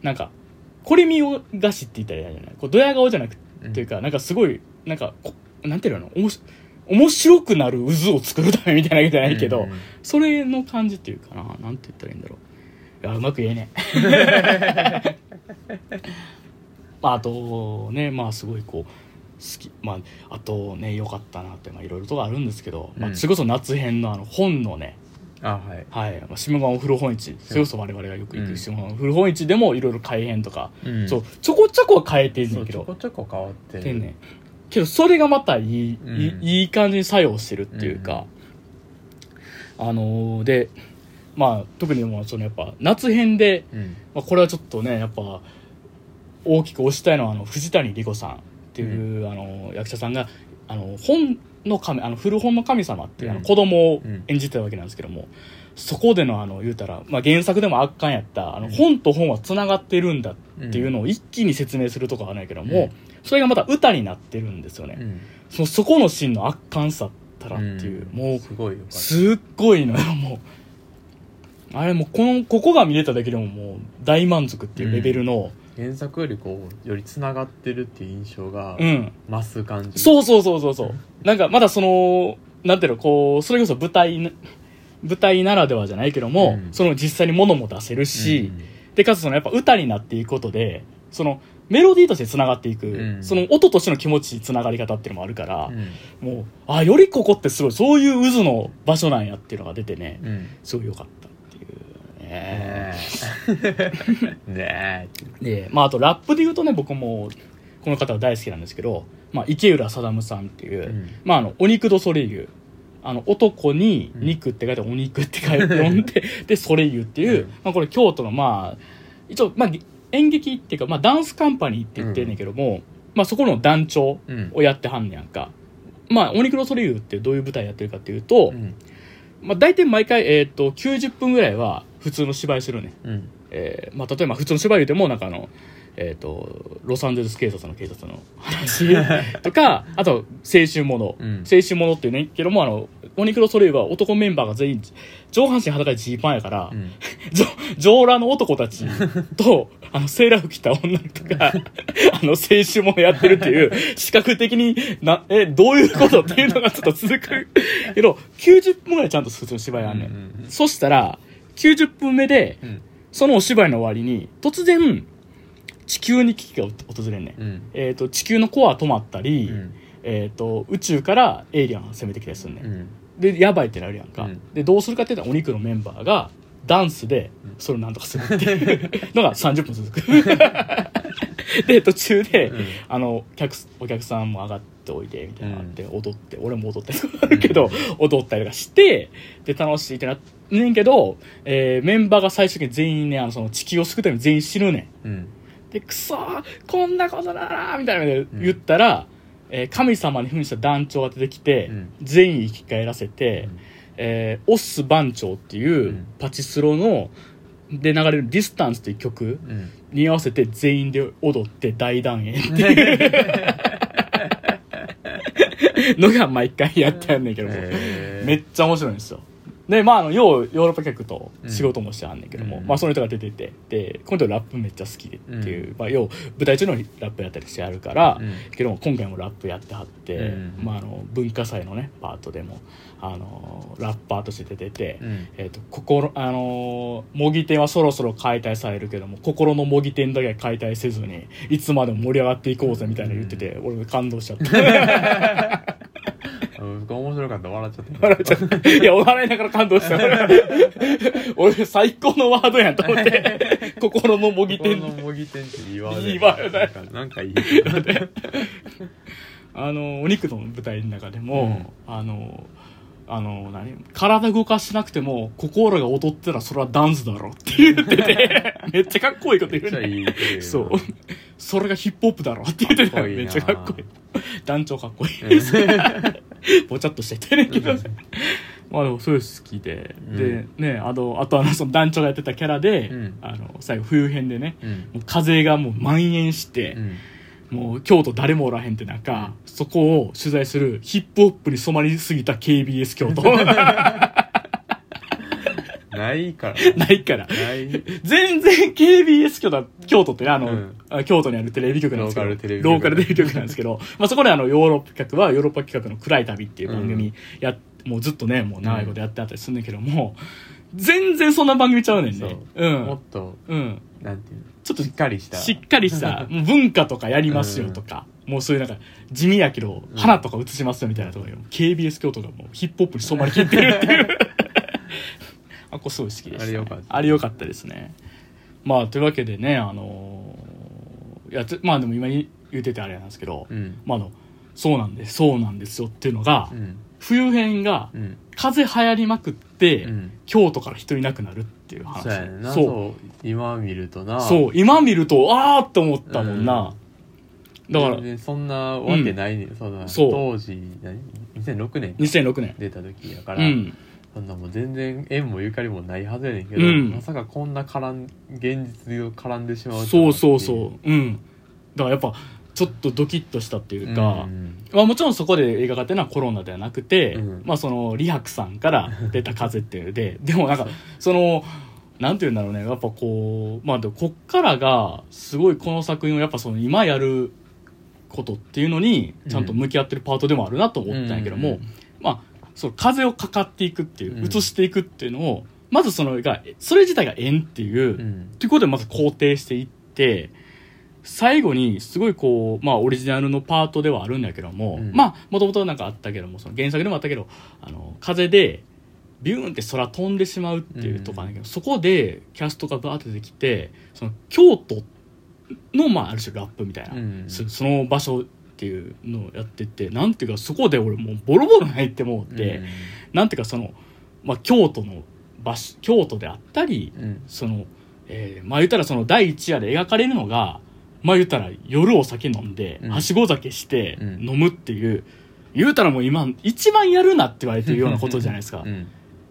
Speaker 1: なんかこれ見よがしって言ったら嫌じゃないこうドヤ顔じゃなく
Speaker 2: うん
Speaker 1: ていうか、なんかすごいなんかこなんていうのおもし面白くなる渦を作るためみたいなわけじゃないけど、
Speaker 2: うん
Speaker 1: それの感じっていうかななんて言ったらいいんだろういやうまく言えねえ まああとねまあすごいこう好きまああとね良かったなってまあいろいろとあるんですけど、ま
Speaker 2: う
Speaker 1: あ、
Speaker 2: ん
Speaker 1: それこそ夏編のあの本のね、
Speaker 2: あはい
Speaker 1: はいまあ、下川お風呂本市それこそ我々がよく行く下川お風呂本市でもいろいろ改編とか、
Speaker 2: うん
Speaker 1: そうちょこちょこは変えてん
Speaker 2: そ
Speaker 1: ねん
Speaker 2: う
Speaker 1: け
Speaker 2: ちょ
Speaker 1: ど
Speaker 2: こちょこ変わってる
Speaker 1: てんねんけどそれがまたいい,いい、
Speaker 2: うん
Speaker 1: いい感じに作用してるっていうか、あのーでまあ特にもうそのやっぱ夏編で、
Speaker 2: うん
Speaker 1: まあ、これはちょっとねやっぱ大きく推したいのはあの藤谷莉子さんっていう、あの役者さんがあの本の神あの古本の神様っていうあの
Speaker 2: うん
Speaker 1: 子供を
Speaker 2: うん
Speaker 1: 演じてたわけなんですけども、そこでのあの言うたら、まあ、原作でも圧巻やったあの
Speaker 2: うん
Speaker 1: 本と本はつながってるんだっていうのを一気に説明するとかはないけども、それがまた歌になってるんですよね、
Speaker 2: うん
Speaker 1: そのそこのシーンの圧巻さったらっていう、
Speaker 2: ん
Speaker 1: もう
Speaker 2: すごいよかった
Speaker 1: すっごいのよもうあれもうこのここが見れただけでももう大満足っていうレベルの
Speaker 2: 原作よりこうよりつながってるっていう印象が
Speaker 1: うん、
Speaker 2: 増す感じ、
Speaker 1: そうそうそうそうそうなんかまだそのなんていうのこうそれこそ舞台な舞台ならではじゃないけども、
Speaker 2: うん
Speaker 1: その実際に物も出せる
Speaker 2: うん
Speaker 1: し、でかつそのやっぱ歌になっていくことでそのメロディーとしてつながっていく、
Speaker 2: うん
Speaker 1: その音としての気持ちつながり方っていうのもあるから
Speaker 2: う、ん
Speaker 1: もうあよりここってすごいそういう渦の場所なんやっていうのが出てね
Speaker 2: うん
Speaker 1: すごい良かったっていう ね
Speaker 2: ねえね
Speaker 1: で、まあ、あとラップで言うとね僕もこの方は大好きなんですけど、まあ、池浦定さんっていう、
Speaker 2: え、うん
Speaker 1: まあ、あのお肉とソレイユあの男に肉って書いてお肉って書いて呼ん ででソレイユっていう、
Speaker 2: うん
Speaker 1: まあ、これ京都のまあ一応、まあ、演劇っていうか、まあ、ダンスカンパニーって言ってんねんけども、まあ、そこの団長
Speaker 2: うん
Speaker 1: をやってはんねやんか。まあ、お肉のソレイユってどういう舞台やってるかっていうと、
Speaker 2: うん
Speaker 1: まあ、大体毎回、えっ、と、90分ぐらいは普通の芝居するね。
Speaker 2: うん
Speaker 1: えーまあ、例えば普通の芝居でも、なんかあの、えー、とロサンゼルス警察の警察の話とかあと青春もの、
Speaker 2: うん
Speaker 1: 青春ものっていうねんけどもあのオニクロソレイユは男メンバーが全員上半身裸でジーパンやから、
Speaker 2: うん
Speaker 1: ジョジョーラの男たちと あのセーラー服着た女の人が あの青春ものやってるっていう視覚的になえどういうことっていうのがちょっと続くけど90分ぐらいちゃんと進む芝居あんね
Speaker 2: うんうんうん
Speaker 1: ん、そしたら90分目で
Speaker 2: うん
Speaker 1: そのお芝居の終わりに突然地球に危機が訪れんねん、
Speaker 2: うん
Speaker 1: えー、と地球のコア止まった
Speaker 2: う
Speaker 1: り、
Speaker 2: ん
Speaker 1: えー、と宇宙からエイリアンが攻めてきたりするねん、
Speaker 2: うん
Speaker 1: でやばいってなるやんか、
Speaker 2: うん
Speaker 1: でどうするかって言ったらお肉のメンバーがダンスでそれをなんとかするっていうのが30分続くで途中で、
Speaker 2: うん
Speaker 1: あの客お客さんも上がっておいでみたいなのあって、踊って俺も踊ったりとかあるけど、踊ったりとかしてで楽しいってなってんねんけど、えーメンバーが最終的に全員ねあのその地球を救うために全員死ぬねん
Speaker 2: うん
Speaker 1: で、くそーこんなことだなーみたいなので言ったら、えー神様に扮した団長が出てきて、
Speaker 2: うん
Speaker 1: 全員生き返らせて、
Speaker 2: うん
Speaker 1: えーオッス番長っていううんパチスロの、で流れる「ディスタンス」っていう曲
Speaker 2: うん
Speaker 1: に合わせて全員で踊って大団円って いうのが毎回やってやんねんけども、
Speaker 2: えー
Speaker 1: めっちゃ面白いんですよでまああの要ヨーロッパ客と仕事もしてあんねんけども、
Speaker 2: うん
Speaker 1: まあその人が出ててでこの人ラップめっちゃ好きでっていう、まあ要舞台中のラップやったりしてあるから、
Speaker 2: うん
Speaker 1: けども今回もラップやってはって、
Speaker 2: うん
Speaker 1: まああの文化祭のねパートでもあのラッパーとして出てて、
Speaker 2: うん
Speaker 1: えー、と心あのー模擬店はそろそろ解体されるけども心の模擬店だけは解体せずにいつまでも盛り上がっていこうぜみたいな言ってて、俺が感動しちゃった
Speaker 2: あ僕面白かった笑っちゃった
Speaker 1: 笑っちゃった。いや、お笑いながら感動 した。俺、俺最高のワードやんと思 って。心のもぎ
Speaker 2: こ
Speaker 1: て
Speaker 2: の
Speaker 1: ん。
Speaker 2: 模擬店っていいわ
Speaker 1: いいワードだ
Speaker 2: なんかいい
Speaker 1: あの、お肉の舞台の中でも、あの、あの、何体動かしなくても、心が踊ってたらそれはダンスだろって言って て、めっちゃかっこいいこと
Speaker 2: め
Speaker 1: 言
Speaker 2: っ
Speaker 1: う
Speaker 2: ちゃ
Speaker 1: ね。
Speaker 2: いいってい
Speaker 1: そう
Speaker 2: うん。
Speaker 1: それがヒップホップだろって言って
Speaker 2: か
Speaker 1: た
Speaker 2: っこいいな
Speaker 1: めっちゃかっこいい。 団長かっこいい。 ぼちゃっとしててねんけど ねまあでもそういう好きで、
Speaker 2: うん
Speaker 1: でねあのあとあのその団長がやってたキャラで、
Speaker 2: うん
Speaker 1: あの最後冬編でね
Speaker 2: うん
Speaker 1: もう風がもう蔓延して
Speaker 2: う、ん
Speaker 1: もう京都誰もおらへんって中、そこを取材するヒップホップに染まりすぎた KBS 京 都
Speaker 2: ないから
Speaker 1: ないから
Speaker 2: ない
Speaker 1: 全然 KBS 京都京都ってねあの、
Speaker 2: うん
Speaker 1: あ京都にあるテレビ局なんですけど
Speaker 2: ローカルテレビ局
Speaker 1: ローカルテレビ局なんですけどまあそこであのヨーロッパ企画はヨーロッパ企画の「暗い旅」っていう番組やっ、もうずっとねもう長いことやってあったりするんだけども全然そんな番組ちゃうねん
Speaker 2: そう
Speaker 1: ねう
Speaker 2: も
Speaker 1: ん
Speaker 2: っ、と
Speaker 1: うん、
Speaker 2: なんていうの
Speaker 1: ちょっと
Speaker 2: しっかりした
Speaker 1: しっかり したもう文化とかやりますよとか、もうそういうなんか地味やけど花とか映しますよみたいなところよ KBS 京都がもうヒップホップに染まりきってるって いうあこれすごい好きでした、ね、
Speaker 2: あれ良かった
Speaker 1: あれ良かったですねまあというわけでねあのーいやつまあでも今言うててあれなんですけど、
Speaker 2: うん
Speaker 1: まああのそうなんですそうなんですよっていうのが、
Speaker 2: うん
Speaker 1: 冬編が
Speaker 2: うん
Speaker 1: 風邪流行りまくって、
Speaker 2: うん
Speaker 1: 京都から人いなくなるっていう話
Speaker 2: そうやねんな
Speaker 1: そう
Speaker 2: そう今見るとな
Speaker 1: そう、今見ると、あーって思ったもんな。だから
Speaker 2: 全、然そんなわけないねんそんな
Speaker 1: そう
Speaker 2: 当時何2006年
Speaker 1: 2006年。
Speaker 2: 出た時やか
Speaker 1: う
Speaker 2: ら
Speaker 1: ん。
Speaker 2: そんなもう全然縁もゆかりもないはずやねんけど
Speaker 1: うん
Speaker 2: まさかこんな絡ん現実を絡んでしまう
Speaker 1: そうそうそう。うん。だからやっぱ、ちょっとドキッとしたっていうか、
Speaker 2: うん
Speaker 1: まあもちろんそこで映画化っていうのはコロナではなくて、
Speaker 2: うん
Speaker 1: まあその、リハクさんから出た風っていうので、 でもなんか、その、なんて言うんだろうね、やっぱこう、まあでもこっからが、すごいこの作品をやっぱその今やることっていうのに、ちゃんと向き合ってるパートでもあるなと思ったんやけども、
Speaker 2: うん
Speaker 1: まあ、そう、風をかかっていくっていうう、
Speaker 2: ん
Speaker 1: 移していくっていうのを、まずそのが、それ自体が縁っていう、
Speaker 2: う
Speaker 1: っ
Speaker 2: ん
Speaker 1: ていうことでまず肯定していって、最後にすごいこう、まあオリジナルのパートではあるんだけども、
Speaker 2: うん
Speaker 1: まあ、もともとなんかあったけども、その原作でもあったけど、あの、風で、ビューンって空飛んでしまうっていうとかね、けどそこでキャストがバーって出てきて、その京都の、まあある種ラップみたいな、
Speaker 2: うん
Speaker 1: そその場所っていうのをやっててなんていうかそこで俺もうボロボロ入ってもうて、なんていうかその、まあ、京都の場所京都であったり
Speaker 2: うん
Speaker 1: その、えーまあ言ったらその第一夜で描かれるのがまあ言ったら夜お酒飲んで、
Speaker 2: うん
Speaker 1: はしご酒して
Speaker 2: うん
Speaker 1: 飲むっていう、言うたらもう今一番やるなって言われてるようなことじゃないですか
Speaker 2: うん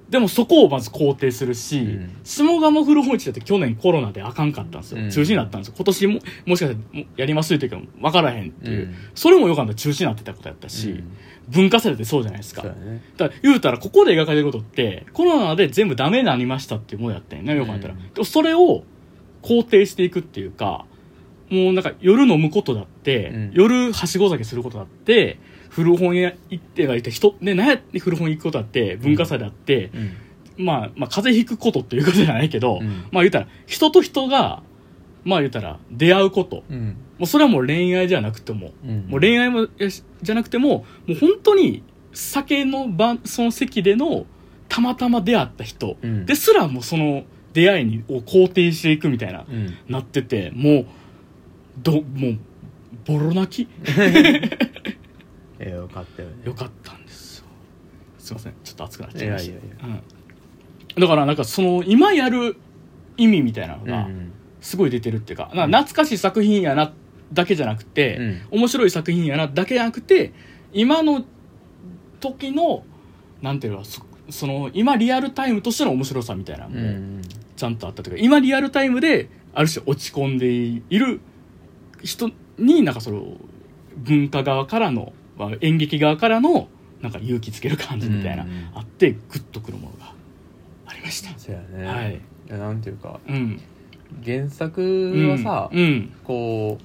Speaker 1: でもそこをまず肯定するし、
Speaker 2: ん
Speaker 1: 下鴨古本市だって去年コロナであかんかったんですよ、
Speaker 2: うん
Speaker 1: 中止になったんですよ今年ももしかしたらやりますって言うけど分からへんっていう、
Speaker 2: うん
Speaker 1: それもよかった中止になってたことやったし、
Speaker 2: うん
Speaker 1: 文化祭だってそうじゃないですか
Speaker 2: そうだね
Speaker 1: だから言うたらここで描かれることってコロナで全部ダメになりましたっていうものやったんやねよく考えたら、
Speaker 2: うん
Speaker 1: でもそれを肯定していくっていうかもうなんか夜飲むことだって、
Speaker 2: うん
Speaker 1: 夜はしご酒することだって古本屋行ってはいて人ね何やって古本行くことだって文化祭だって、
Speaker 2: うん
Speaker 1: まあ、まあ風邪ひくことっていうことじゃないけど、
Speaker 2: うん
Speaker 1: まあ言うたら人と人がまあ言うたら出会うことも
Speaker 2: うん
Speaker 1: うそれはもう恋愛じゃなくても
Speaker 2: うん
Speaker 1: もう恋愛もやしじゃなくてももう本当に酒の場その席でのたまたま出会った人
Speaker 2: うん
Speaker 1: ですらもうその出会いにを肯定していくみたいな、
Speaker 2: うん
Speaker 1: なっててもうどもうボロ泣き
Speaker 2: えよかったよね
Speaker 1: よかったんですよすいませんちょっと熱くなっ
Speaker 2: い
Speaker 1: ちゃい
Speaker 2: や
Speaker 1: まし
Speaker 2: い
Speaker 1: た
Speaker 2: やいや
Speaker 1: うん、だからなんかその今やる意味みたいなの
Speaker 2: うんう
Speaker 1: が
Speaker 2: ん
Speaker 1: すごい出てるっていうか,、なんか懐かしい作品やなだけじゃなくて、
Speaker 2: うん
Speaker 1: 面白い作品やなだけじゃなくて今の時のなんていうかそその今リアルタイムとしての面白さみたいなの
Speaker 2: う
Speaker 1: も
Speaker 2: ん
Speaker 1: ちゃんとあったというか、今リアルタイムである種落ち込んでいる人になんかその文化側からのまあ演劇側からのなんか勇気つける感じみたいな、
Speaker 2: うん
Speaker 1: あってグッとくるものがありました、
Speaker 2: そうやね
Speaker 1: はい
Speaker 2: いやなんていうか
Speaker 1: うん
Speaker 2: 原作はさ
Speaker 1: うん
Speaker 2: こう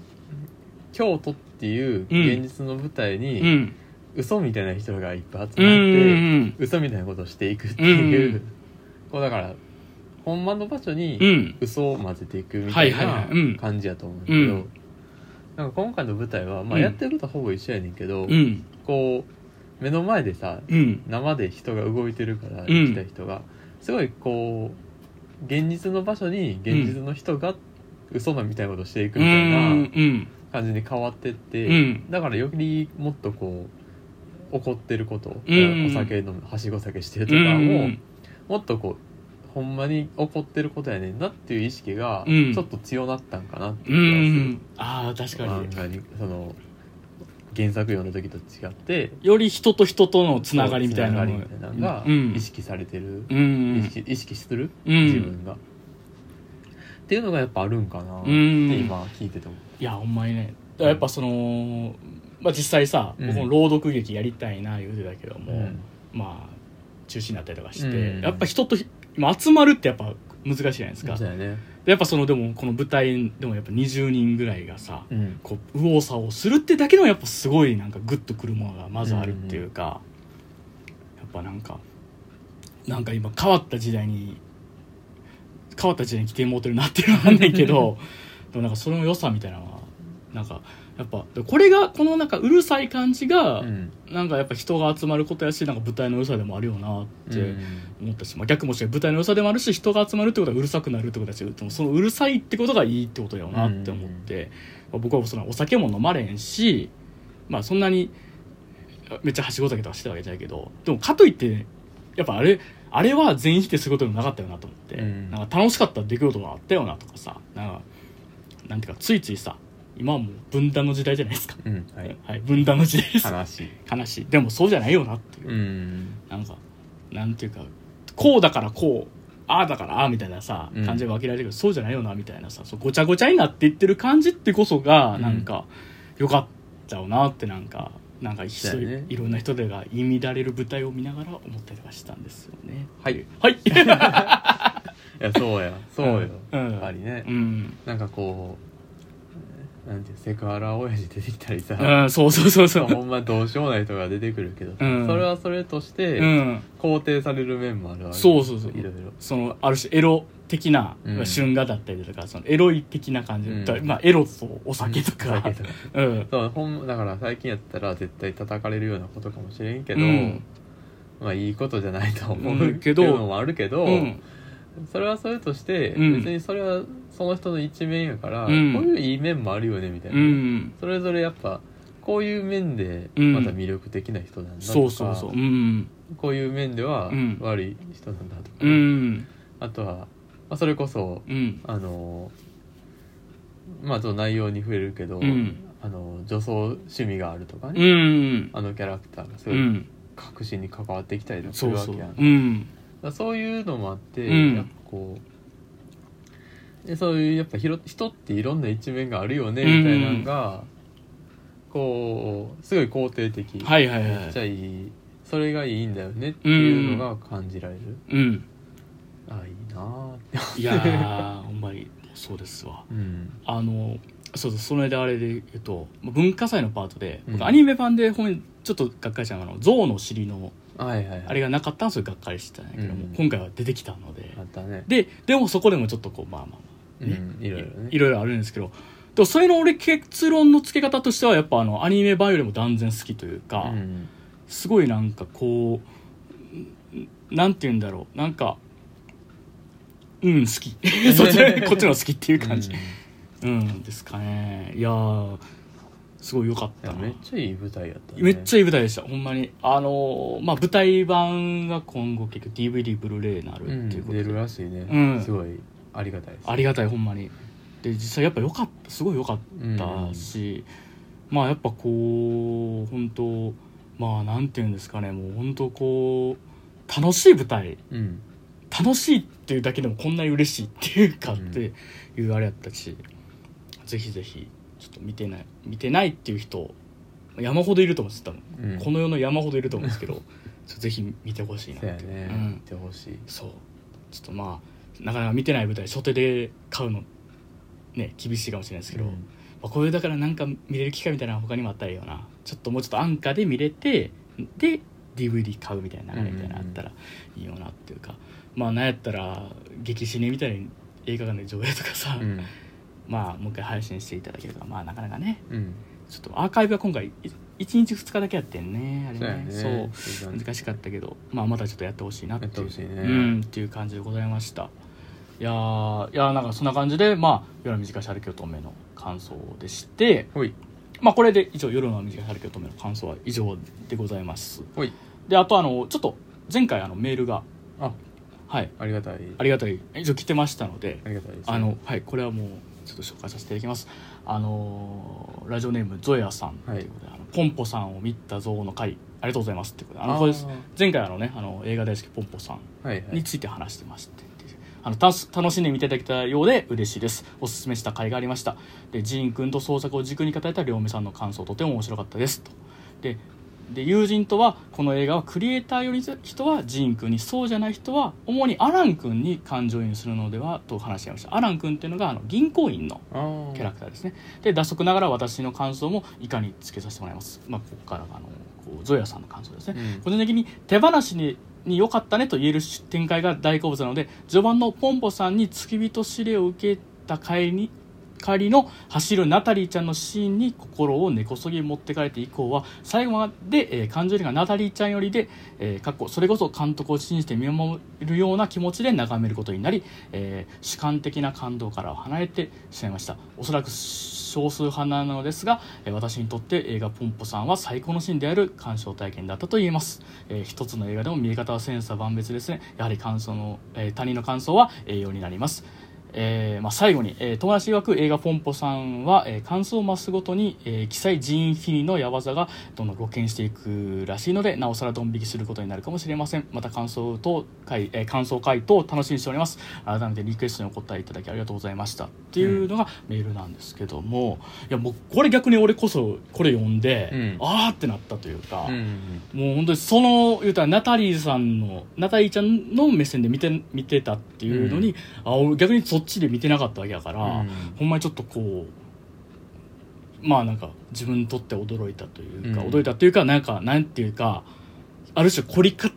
Speaker 2: 京都っていう現実の舞台
Speaker 1: う
Speaker 2: に
Speaker 1: ん
Speaker 2: 嘘みたいな人がいっぱい集
Speaker 1: うんう
Speaker 2: まっ
Speaker 1: ん
Speaker 2: て嘘みたいなことをしていくっていう、
Speaker 1: うん
Speaker 2: こうだからほんまの場所
Speaker 1: う
Speaker 2: に
Speaker 1: ん
Speaker 2: 嘘を混ぜていくみたい
Speaker 1: はいはいは
Speaker 2: ない
Speaker 1: うん
Speaker 2: 感じやと思うんだけど、
Speaker 1: うん
Speaker 2: なんか今回の舞台は、ま
Speaker 1: う
Speaker 2: あ、
Speaker 1: ん
Speaker 2: やってることはほぼ一緒やねんけど、
Speaker 1: うん
Speaker 2: こう目の前でさ
Speaker 1: うん
Speaker 2: 生で人が動いてるから
Speaker 1: ん
Speaker 2: 生きた人が、すごいこう現実の場所に現実の人が嘘のみたいなことをしていく
Speaker 1: う
Speaker 2: みたいなん
Speaker 1: うん
Speaker 2: 感じに変わってって、
Speaker 1: うん
Speaker 2: だからよりもっとこう怒ってること、
Speaker 1: うん
Speaker 2: お酒飲むはしご酒してると
Speaker 1: う
Speaker 2: かを、
Speaker 1: ん
Speaker 2: もっとこうほんまに怒ってることやねんなっていう意識が
Speaker 1: うん
Speaker 2: ちょっと強なったんかなって
Speaker 1: う
Speaker 2: いうん
Speaker 1: ああ確
Speaker 2: 気がする、
Speaker 1: かに
Speaker 2: 漫画にその原作読んだ時と違って
Speaker 1: より人と人とのつながりみたいな
Speaker 2: つ
Speaker 1: の
Speaker 2: がりみたいなのが
Speaker 1: うん
Speaker 2: 意識されてる、
Speaker 1: う
Speaker 2: 意
Speaker 1: ん
Speaker 2: 識意識する、
Speaker 1: うん
Speaker 2: 自分がっていうのがやっぱあるんかなって
Speaker 1: うん
Speaker 2: 今聞いてて思
Speaker 1: いやほんまにねだからやっぱその、まあ、実際さ、
Speaker 2: うん
Speaker 1: 僕も朗読劇やりたいな言うてたけども、
Speaker 2: う、
Speaker 1: まあ中止になったりとかして、
Speaker 2: うん
Speaker 1: やっぱ人とひまあ集まるってやっぱ難しいじゃないですか
Speaker 2: そうやね、
Speaker 1: でやっぱそのでもこの舞台でもやっぱ20人ぐらいがさ
Speaker 2: うん
Speaker 1: こう右往左往するってだけでもやっぱすごいなんかグッとくるものがまずあるっていうか、やっぱなんかなんか今変わった時代に変わった時代に来てもうてるなっていうのはあんねんけどでもなんかその良さみたいなのはなんかやっぱこれがこのなんかうるさい感じが、
Speaker 2: うん
Speaker 1: なんかやっぱ人が集まることやしなんか舞台の良さでもあるよなって。思ったし、まあ、逆もしか舞台の良さでもあるし人が集まるってことはうるさくなるってことだしでもそのうるさいってことがいいってことだよなって思って、まあ、僕はそのお酒も飲まれへんし、まあ、そんなにめっちゃはしご酒とかしてたわけじゃないけどでもかといってやっぱあれあれは全員否定することでもなかったよなと思って、
Speaker 2: うん
Speaker 1: なんか楽しかった出来事があったよなとかさなんかなんていうかついついさ今はもう分断の時代じゃないですか、
Speaker 2: うんうんはい、
Speaker 1: はい、分断の時代です
Speaker 2: 悲しい
Speaker 1: 悲しいでもそうじゃないよなっていう。
Speaker 2: うん
Speaker 1: なんかなんていうかこうだからこうああだからああみたいなさ
Speaker 2: うん
Speaker 1: 感じで分けられるけど、そうじゃないよなみたいなさそうごちゃごちゃになっていってる感じってこそが
Speaker 2: うん
Speaker 1: なんか、よかったよなってなんかなんか一緒
Speaker 2: そうやね
Speaker 1: いろんな人でが入り乱れる舞台を見ながら思ったりとかしたんですよね
Speaker 2: はい
Speaker 1: はい
Speaker 2: いやそうやそうよ、
Speaker 1: うん
Speaker 2: やっぱりね、
Speaker 1: うん、
Speaker 2: なんかこうなんていうセクハラ親父出てきたりさ、
Speaker 1: うん、そうそうそうそう
Speaker 2: ほんまどうしようもない人が出てくるけど、
Speaker 1: うん
Speaker 2: それはそれとして
Speaker 1: うん
Speaker 2: 肯定される面もあるわけ
Speaker 1: そうそうそう
Speaker 2: いろいろ
Speaker 1: そのある種エロ的な、
Speaker 2: うん
Speaker 1: 春画だったりとかそのエロい的な感じ、
Speaker 2: うん
Speaker 1: だまあ、エロとお酒とか,、
Speaker 2: お酒とか
Speaker 1: うん
Speaker 2: そうほんだから最近やったら絶対叩かれるようなことかもしれんけど、
Speaker 1: うん
Speaker 2: まあいいことじゃないと思
Speaker 1: う
Speaker 2: うん
Speaker 1: けど
Speaker 2: っていうのもあるけど、
Speaker 1: うん
Speaker 2: それはそれとして、
Speaker 1: うん
Speaker 2: 別にそれはその人の一面やから、
Speaker 1: うん
Speaker 2: こういういい面もあるよねみたいな、
Speaker 1: うん
Speaker 2: それぞれやっぱこういう面で
Speaker 1: うん
Speaker 2: また魅力的な人なんだとか、
Speaker 1: そうそうそううん
Speaker 2: こういう面では
Speaker 1: うん
Speaker 2: 悪い人なんだとか、
Speaker 1: うん
Speaker 2: あとは、まあ、それこそ
Speaker 1: うん
Speaker 2: あのまあちょっと内容に触れるけど、
Speaker 1: うん
Speaker 2: あの女装趣味があるとか
Speaker 1: う
Speaker 2: ね、
Speaker 1: ん
Speaker 2: あのキャラクターがす
Speaker 1: う
Speaker 2: ごい
Speaker 1: ん
Speaker 2: 革新に関わってきたりとかす
Speaker 1: そう
Speaker 2: るわけ
Speaker 1: そう
Speaker 2: やん、
Speaker 1: うん
Speaker 2: らそういうのもあって、
Speaker 1: うん
Speaker 2: やっぱこうでそういうやっぱひろ人っていろんな一面があるよねみたいなのが、こうすごい肯定的、
Speaker 1: はいはいは
Speaker 2: めっち
Speaker 1: い
Speaker 2: ゃいいそれがいいんだよねっていうのが感じられる、
Speaker 1: うん
Speaker 2: ああいいなー って、
Speaker 1: いやー ほんまにそうですわ
Speaker 2: うん、
Speaker 1: あのそうそうその間あれで言うと文化祭のパートで、僕
Speaker 2: うん
Speaker 1: アニメ版でほんまにちょっとがっかりしたのがあの象の尻の
Speaker 2: はいはいはい
Speaker 1: あれがなかったんですよがっかりしてたんやけども、
Speaker 2: うん
Speaker 1: 今回は出てきたので
Speaker 2: あったね
Speaker 1: ででもそこでもちょっとこうまあまあまあ
Speaker 2: うんいろいろね
Speaker 1: いろいろあるんですけどでもそれの俺結論の付け方としてはやっぱあのアニメ版よりも断然好きというか、
Speaker 2: うん
Speaker 1: すごいなんかこうんなんて言うんだろうなんかうん好 きそっちこっちの好きっていう感じ、うんですかねいやーすごい良かっ
Speaker 2: うん
Speaker 1: た
Speaker 2: いや
Speaker 1: な
Speaker 2: めっちゃいい舞台やったね
Speaker 1: めっちゃいい舞台でしたほんまにあのーまあ舞台版が今後結局 DVD ブルーレイにな
Speaker 2: う
Speaker 1: る
Speaker 2: ん
Speaker 1: っていうことで、
Speaker 2: 出るらしいね、
Speaker 1: うん
Speaker 2: すごいありがたいです
Speaker 1: ありがたいほんまにで実際やっぱ良かったすごい良かったし、まあやっぱこう本当まあなんていうんですかねもう本当こう楽しい舞台
Speaker 2: うん
Speaker 1: 楽しいっていうだけでもこんなに嬉しいっていうかっ
Speaker 2: うん
Speaker 1: ていうあれやったし、ぜひぜひちょっと見てない見てないっていう人山ほどいると思うんです多分、
Speaker 2: うん
Speaker 1: この世の山ほどいると思うんです けどちょっとぜひ見てほしいなっ
Speaker 2: そうや
Speaker 1: て
Speaker 2: ね、
Speaker 1: うん
Speaker 2: 見てほしい
Speaker 1: そうちょっとまあなかなか見てない舞台初手で買うのね厳しいかもしれないですけど、
Speaker 2: う
Speaker 1: ま
Speaker 2: ん
Speaker 1: あ、こういうだからなんか見れる機会みたいなの他にもあったらいいよなちょっともうちょっと安価で見れてで DVD 買うみたいな流れみたいなのあったらいいよなっていうか、まあなんやったら激死ねみたいに映画館で上映とかさ、
Speaker 2: うん
Speaker 1: まあもう一回配信していただけるとかまあなかなかね
Speaker 2: うん
Speaker 1: ちょっとアーカイブは今回1日2日だけやってんねあれ
Speaker 2: そうやね
Speaker 1: ねそう
Speaker 2: そう
Speaker 1: 難しかったけど、まあ、またちょっとやってほしいなってい
Speaker 2: やって
Speaker 1: う
Speaker 2: ほしいね
Speaker 1: うん、っていう感じでございましたいやーいやーなんかそんな感じで、まあ「夜の短いシャルキ乙女」の感想でして、
Speaker 2: ほい
Speaker 1: まあ、これで以上「夜の短いシャルキ乙女」の感想は以上でございます
Speaker 2: ほい
Speaker 1: であとあのちょっと前回あのメールが
Speaker 2: あ
Speaker 1: はい
Speaker 2: ありがたい
Speaker 1: ありがたい以上来てましたので
Speaker 2: ありがたいですね
Speaker 1: あのはいこれはもうちょっと紹介させていただきますあのーラジオネームゾエアさんと
Speaker 2: はい
Speaker 1: いうことで、あのポンポさんを見た像の回ありがとうございますっていうことであ
Speaker 2: あ
Speaker 1: の
Speaker 2: ー
Speaker 1: これです前回あのねあの映画大好きポンポさん
Speaker 2: はいは
Speaker 1: に
Speaker 2: い
Speaker 1: ついて話してましてっていうあのたす楽しんで見ていただけたようで嬉しいですおすすめした回がありましたでジーン君と創作を軸に語った両目さんの感想とても面白かったですとでで友人とはこの映画はクリエイターより人はジーン君にそうじゃない人は主にアラン君に感情移入するのではと話し合いましたアラン君っていうのがあの銀行員の
Speaker 2: あー
Speaker 1: キャラクターですねで脱足ながら私の感想も以下につけさせてもらいます、まあ、ここからがあのこうゾヤさんの感想ですね、
Speaker 2: うん
Speaker 1: 個人的に手放しにに良かったねと言える展開が大好物なので序盤のポンポさんに付き人指令を受けた帰りに帰りの走るナタリーちゃんのシーンに心を根こそぎ持ってかれて以降は最後まで、えー感情よりがナタリーちゃんよりで、えーかっこそれこそ監督を信じて見守るような気持ちで眺めることになり、えー主観的な感動からは離れてしまいましたおそらく少数派なのですが、えー私にとって映画「ポンポさん」は最高のシーンである鑑賞体験だったと言えます、えー一つの映画でも見え方は千差万別ですねやはり感想の、えー他人の感想は栄養になりますえーまあ、最後に、えー友達曰く映画「ポンポさんは」えー感想を増すごとに、えー、記載人員フィニのやばさがどんどん露見していくらしいのでなおさらドン引きすることになるかもしれませんまた感想等会、えー感想回答を楽しみにしております改めてリクエストにお答えいただきありがとうございましたっていうのがメールなんですけども、いやもうこれ逆に俺こそこれ読んで、
Speaker 2: うん
Speaker 1: ああってなったというか、
Speaker 2: うん
Speaker 1: もう本当にその言うたらナタリーさんのナタリーちゃんの目線で見て見てたっていうのに、
Speaker 2: うん
Speaker 1: あ俺逆にそっちで見てなかったわけやから、
Speaker 2: うん
Speaker 1: ほんまにちょっとこうまあなんか自分にとって驚いたというか、
Speaker 2: うん
Speaker 1: 驚いたというかなんかなんていうかある種凝りか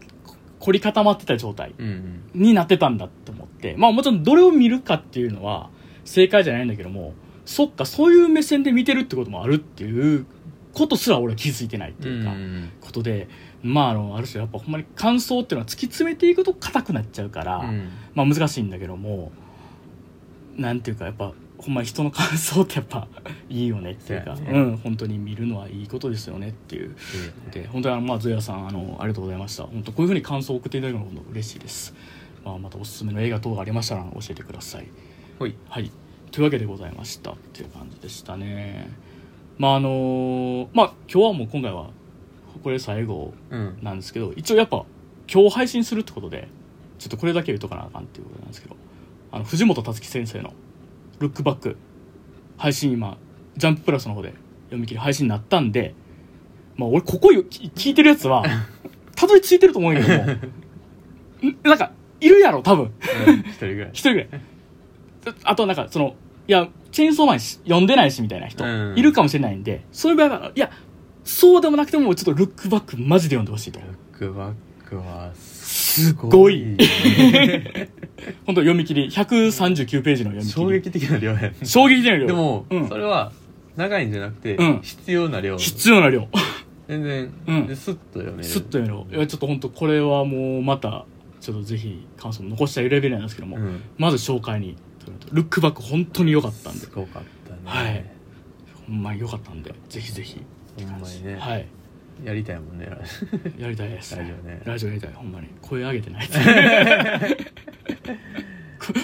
Speaker 1: 凝り固まってた状態
Speaker 2: うんうん
Speaker 1: になってたんだと思ってまあもちろんどれを見るかっていうのは正解じゃないんだけどもそっかそういう目線で見てるってこともあるっていうことすら俺は気づいてないっていうか。
Speaker 2: うん
Speaker 1: ことで、まあ、あのある種やっぱほんまに感想っていうのは突き詰めていくと硬くなっちゃうから、
Speaker 2: うん
Speaker 1: まあ難しいんだけどもなんていうかやっぱほんまに人の感想ってやっぱいいよねっていうか
Speaker 2: そうやね
Speaker 1: うん、本当に見るのはいいことですよねっていうで本当にあの、まあ、ゾヤさんあのありがとうございました本当こういうふうに感想を送っていただくのが本当嬉しいです、まあ、またおすすめの映画等がありましたら教えてください
Speaker 2: ほい
Speaker 1: はい、というわけでございましたっていう感じでしたねまああのまあ今日はもう今回はこれ最後
Speaker 2: うん
Speaker 1: なんですけど一応やっぱ今日配信するってことでちょっとこれだけ言うとかなあかんっていうことなんですけどあの藤本つ樹先生の「ルックバック」配信今ジャンププラスの方で読み切り配信になったんでまあ俺ここよき聞いてるやつ はたどり着いてると思うんやけどもんなんかいるやろ多分
Speaker 2: うん一人ぐらい
Speaker 1: 一人ぐらいあとなんかそのいやチェーンソーマンし読んでないしみたいな人
Speaker 2: うん
Speaker 1: いるかもしれないんで、そういう場合はいやそうでもなくてもちょっとルックバックマジで読んでほしいと
Speaker 2: ルックバックはす
Speaker 1: ごい
Speaker 2: ごいね
Speaker 1: 本当読み切り139ページの読み切り
Speaker 2: 衝撃的な量やね
Speaker 1: 衝撃的な量
Speaker 2: でも、
Speaker 1: うん
Speaker 2: それは長いんじゃなくて、
Speaker 1: うん
Speaker 2: 必要な量
Speaker 1: 必要な量
Speaker 2: 全然、
Speaker 1: うん
Speaker 2: でスッと読める
Speaker 1: すっと読めるいやちょっと本当これはもうまたちょっとぜひ感想も残したいレベルなんですけども、
Speaker 2: うん、
Speaker 1: まず紹介にルックバック本当に良かったんです
Speaker 2: ごかったね、
Speaker 1: はいほんまに良かったんでぜひぜひ
Speaker 2: ほんまにね、
Speaker 1: はい
Speaker 2: やりたいもんね
Speaker 1: やりたいです
Speaker 2: ラジオね
Speaker 1: ラジオやりたいほんまに声上げてない こ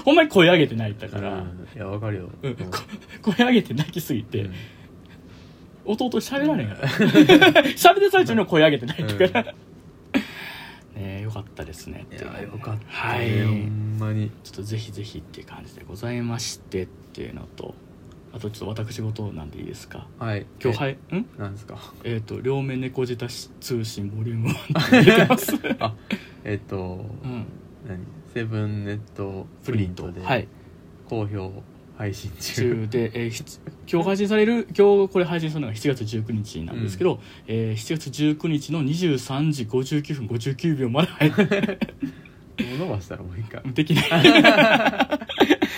Speaker 1: ほんまに声上げてないだ
Speaker 2: だか、
Speaker 1: からら、
Speaker 2: うんいやわかるよ、
Speaker 1: うんこ声上げて泣きすぎて、
Speaker 2: うん
Speaker 1: 弟喋られへんから 喋ってる最中にも声上げてない だから、ねえよかったですね
Speaker 2: い
Speaker 1: っていう
Speaker 2: やよかった、ね
Speaker 1: はい
Speaker 2: ほんまに
Speaker 1: ちょっとぜひぜひっていう感じでございましてっていうのとあとちょっと私事なんでいいですか
Speaker 2: はい
Speaker 1: 今日
Speaker 2: い
Speaker 1: はいん
Speaker 2: なんですか
Speaker 1: えっ、と両面猫舌通信ボリューム1って出て ます、
Speaker 2: あえっ、と、
Speaker 1: うん、
Speaker 2: 何セブンネットプリントで
Speaker 1: はい
Speaker 2: 好評配信中
Speaker 1: 中で、えーひつ今日配信される今日これ配信するのが7月19日なんですけど、えー7月19日の23時59分59秒まで入って
Speaker 2: もう伸ばしたらもう一回
Speaker 1: できない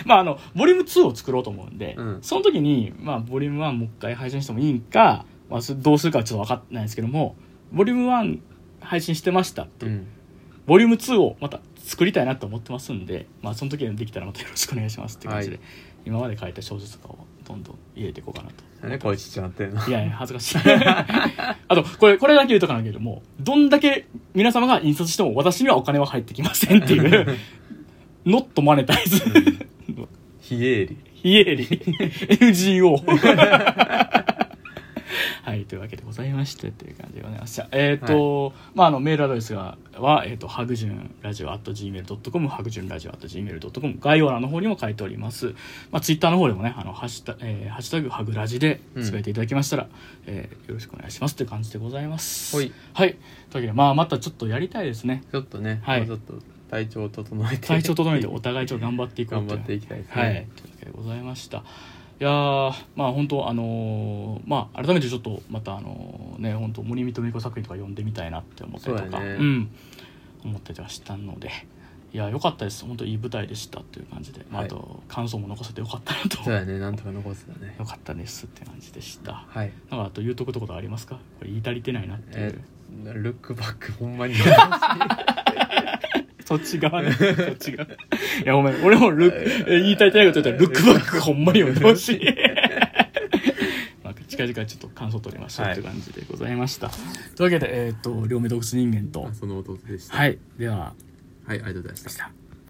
Speaker 1: まああのボリューム2を作ろうと思うんで、
Speaker 2: うん
Speaker 1: その時に、まあ、ボリューム1もう一回配信してもいいんか、まあ、すどうするかはちょっと分かんないですけどもボリューム1配信してましたって、
Speaker 2: うん
Speaker 1: ボリューム2をまた作りたいなと思ってますんで、まあ、その時にできたらまたよろしくお願いしますって感じで、
Speaker 2: は
Speaker 1: 今まで書いた小説とかをどんどん入れていこうかなと
Speaker 2: 何でこいちっちゃなってんの
Speaker 1: いやいや、恥ずかしい。 あと、これ、これだけ言うとかなんだけども、どんだけ皆様が印刷しても私にはお金は入ってきませんっていう、ノットマネタイズ、
Speaker 2: 非営利
Speaker 1: 非営利、NGO。はい、というわけでございましてっていう感じでございました。えっ、と、まあ、あの、メールアドレスが、は、えっ、と、ハグジュンラジオ at gmail.com、ハグジュンラジオ at gmail.com、概要欄の方にも書いております。まあ、ツイッターの方でもね、あの、ハッシュタ,、えーハッシュタグ、ハグラジでつぶやいていただきましたら、えーよろしくお願いしますという感じでございます。
Speaker 2: ほい。
Speaker 1: はい。というわけで、まあ、またちょっとやりたいですね。
Speaker 2: ちょっとね、
Speaker 1: はい
Speaker 2: もうちょっと体調を整えて
Speaker 1: 体調整えてお互いちょっと頑張っていこう
Speaker 2: 頑
Speaker 1: と
Speaker 2: 張
Speaker 1: いう
Speaker 2: っていきたいですね、
Speaker 1: はい、というわけでございました。いやーまあ本当あのーまあ改めてちょっとまたあのーね本当森光美子作品とか読んでみたいなって思ったりと
Speaker 2: そ
Speaker 1: か
Speaker 2: う
Speaker 1: う,、
Speaker 2: だね
Speaker 1: ん思ってましたのでいや良かったです本当いい舞台でしたっていう感じで、まあ、
Speaker 2: は
Speaker 1: あ
Speaker 2: い
Speaker 1: と感想も残せて良かったなと
Speaker 2: そうやねなんとか残すだね
Speaker 1: 良かったですって感じでした
Speaker 2: はい
Speaker 1: なんかあと言うとことことありますかこれ言い足りてないなってい
Speaker 2: え
Speaker 1: う、
Speaker 2: ールックバックほんまに
Speaker 1: そっち側ねそっち側いやごめん俺もルックえ言い足りてないこと言ったらルックバックほんまに読んでほしい まあ近々ちょっと感想取りましょう
Speaker 2: はい
Speaker 1: という感じでございました、というわけでえっ、と両目洞窟人間と
Speaker 2: その弟でした
Speaker 1: はいでは
Speaker 2: はい、ありがとうございました
Speaker 1: でした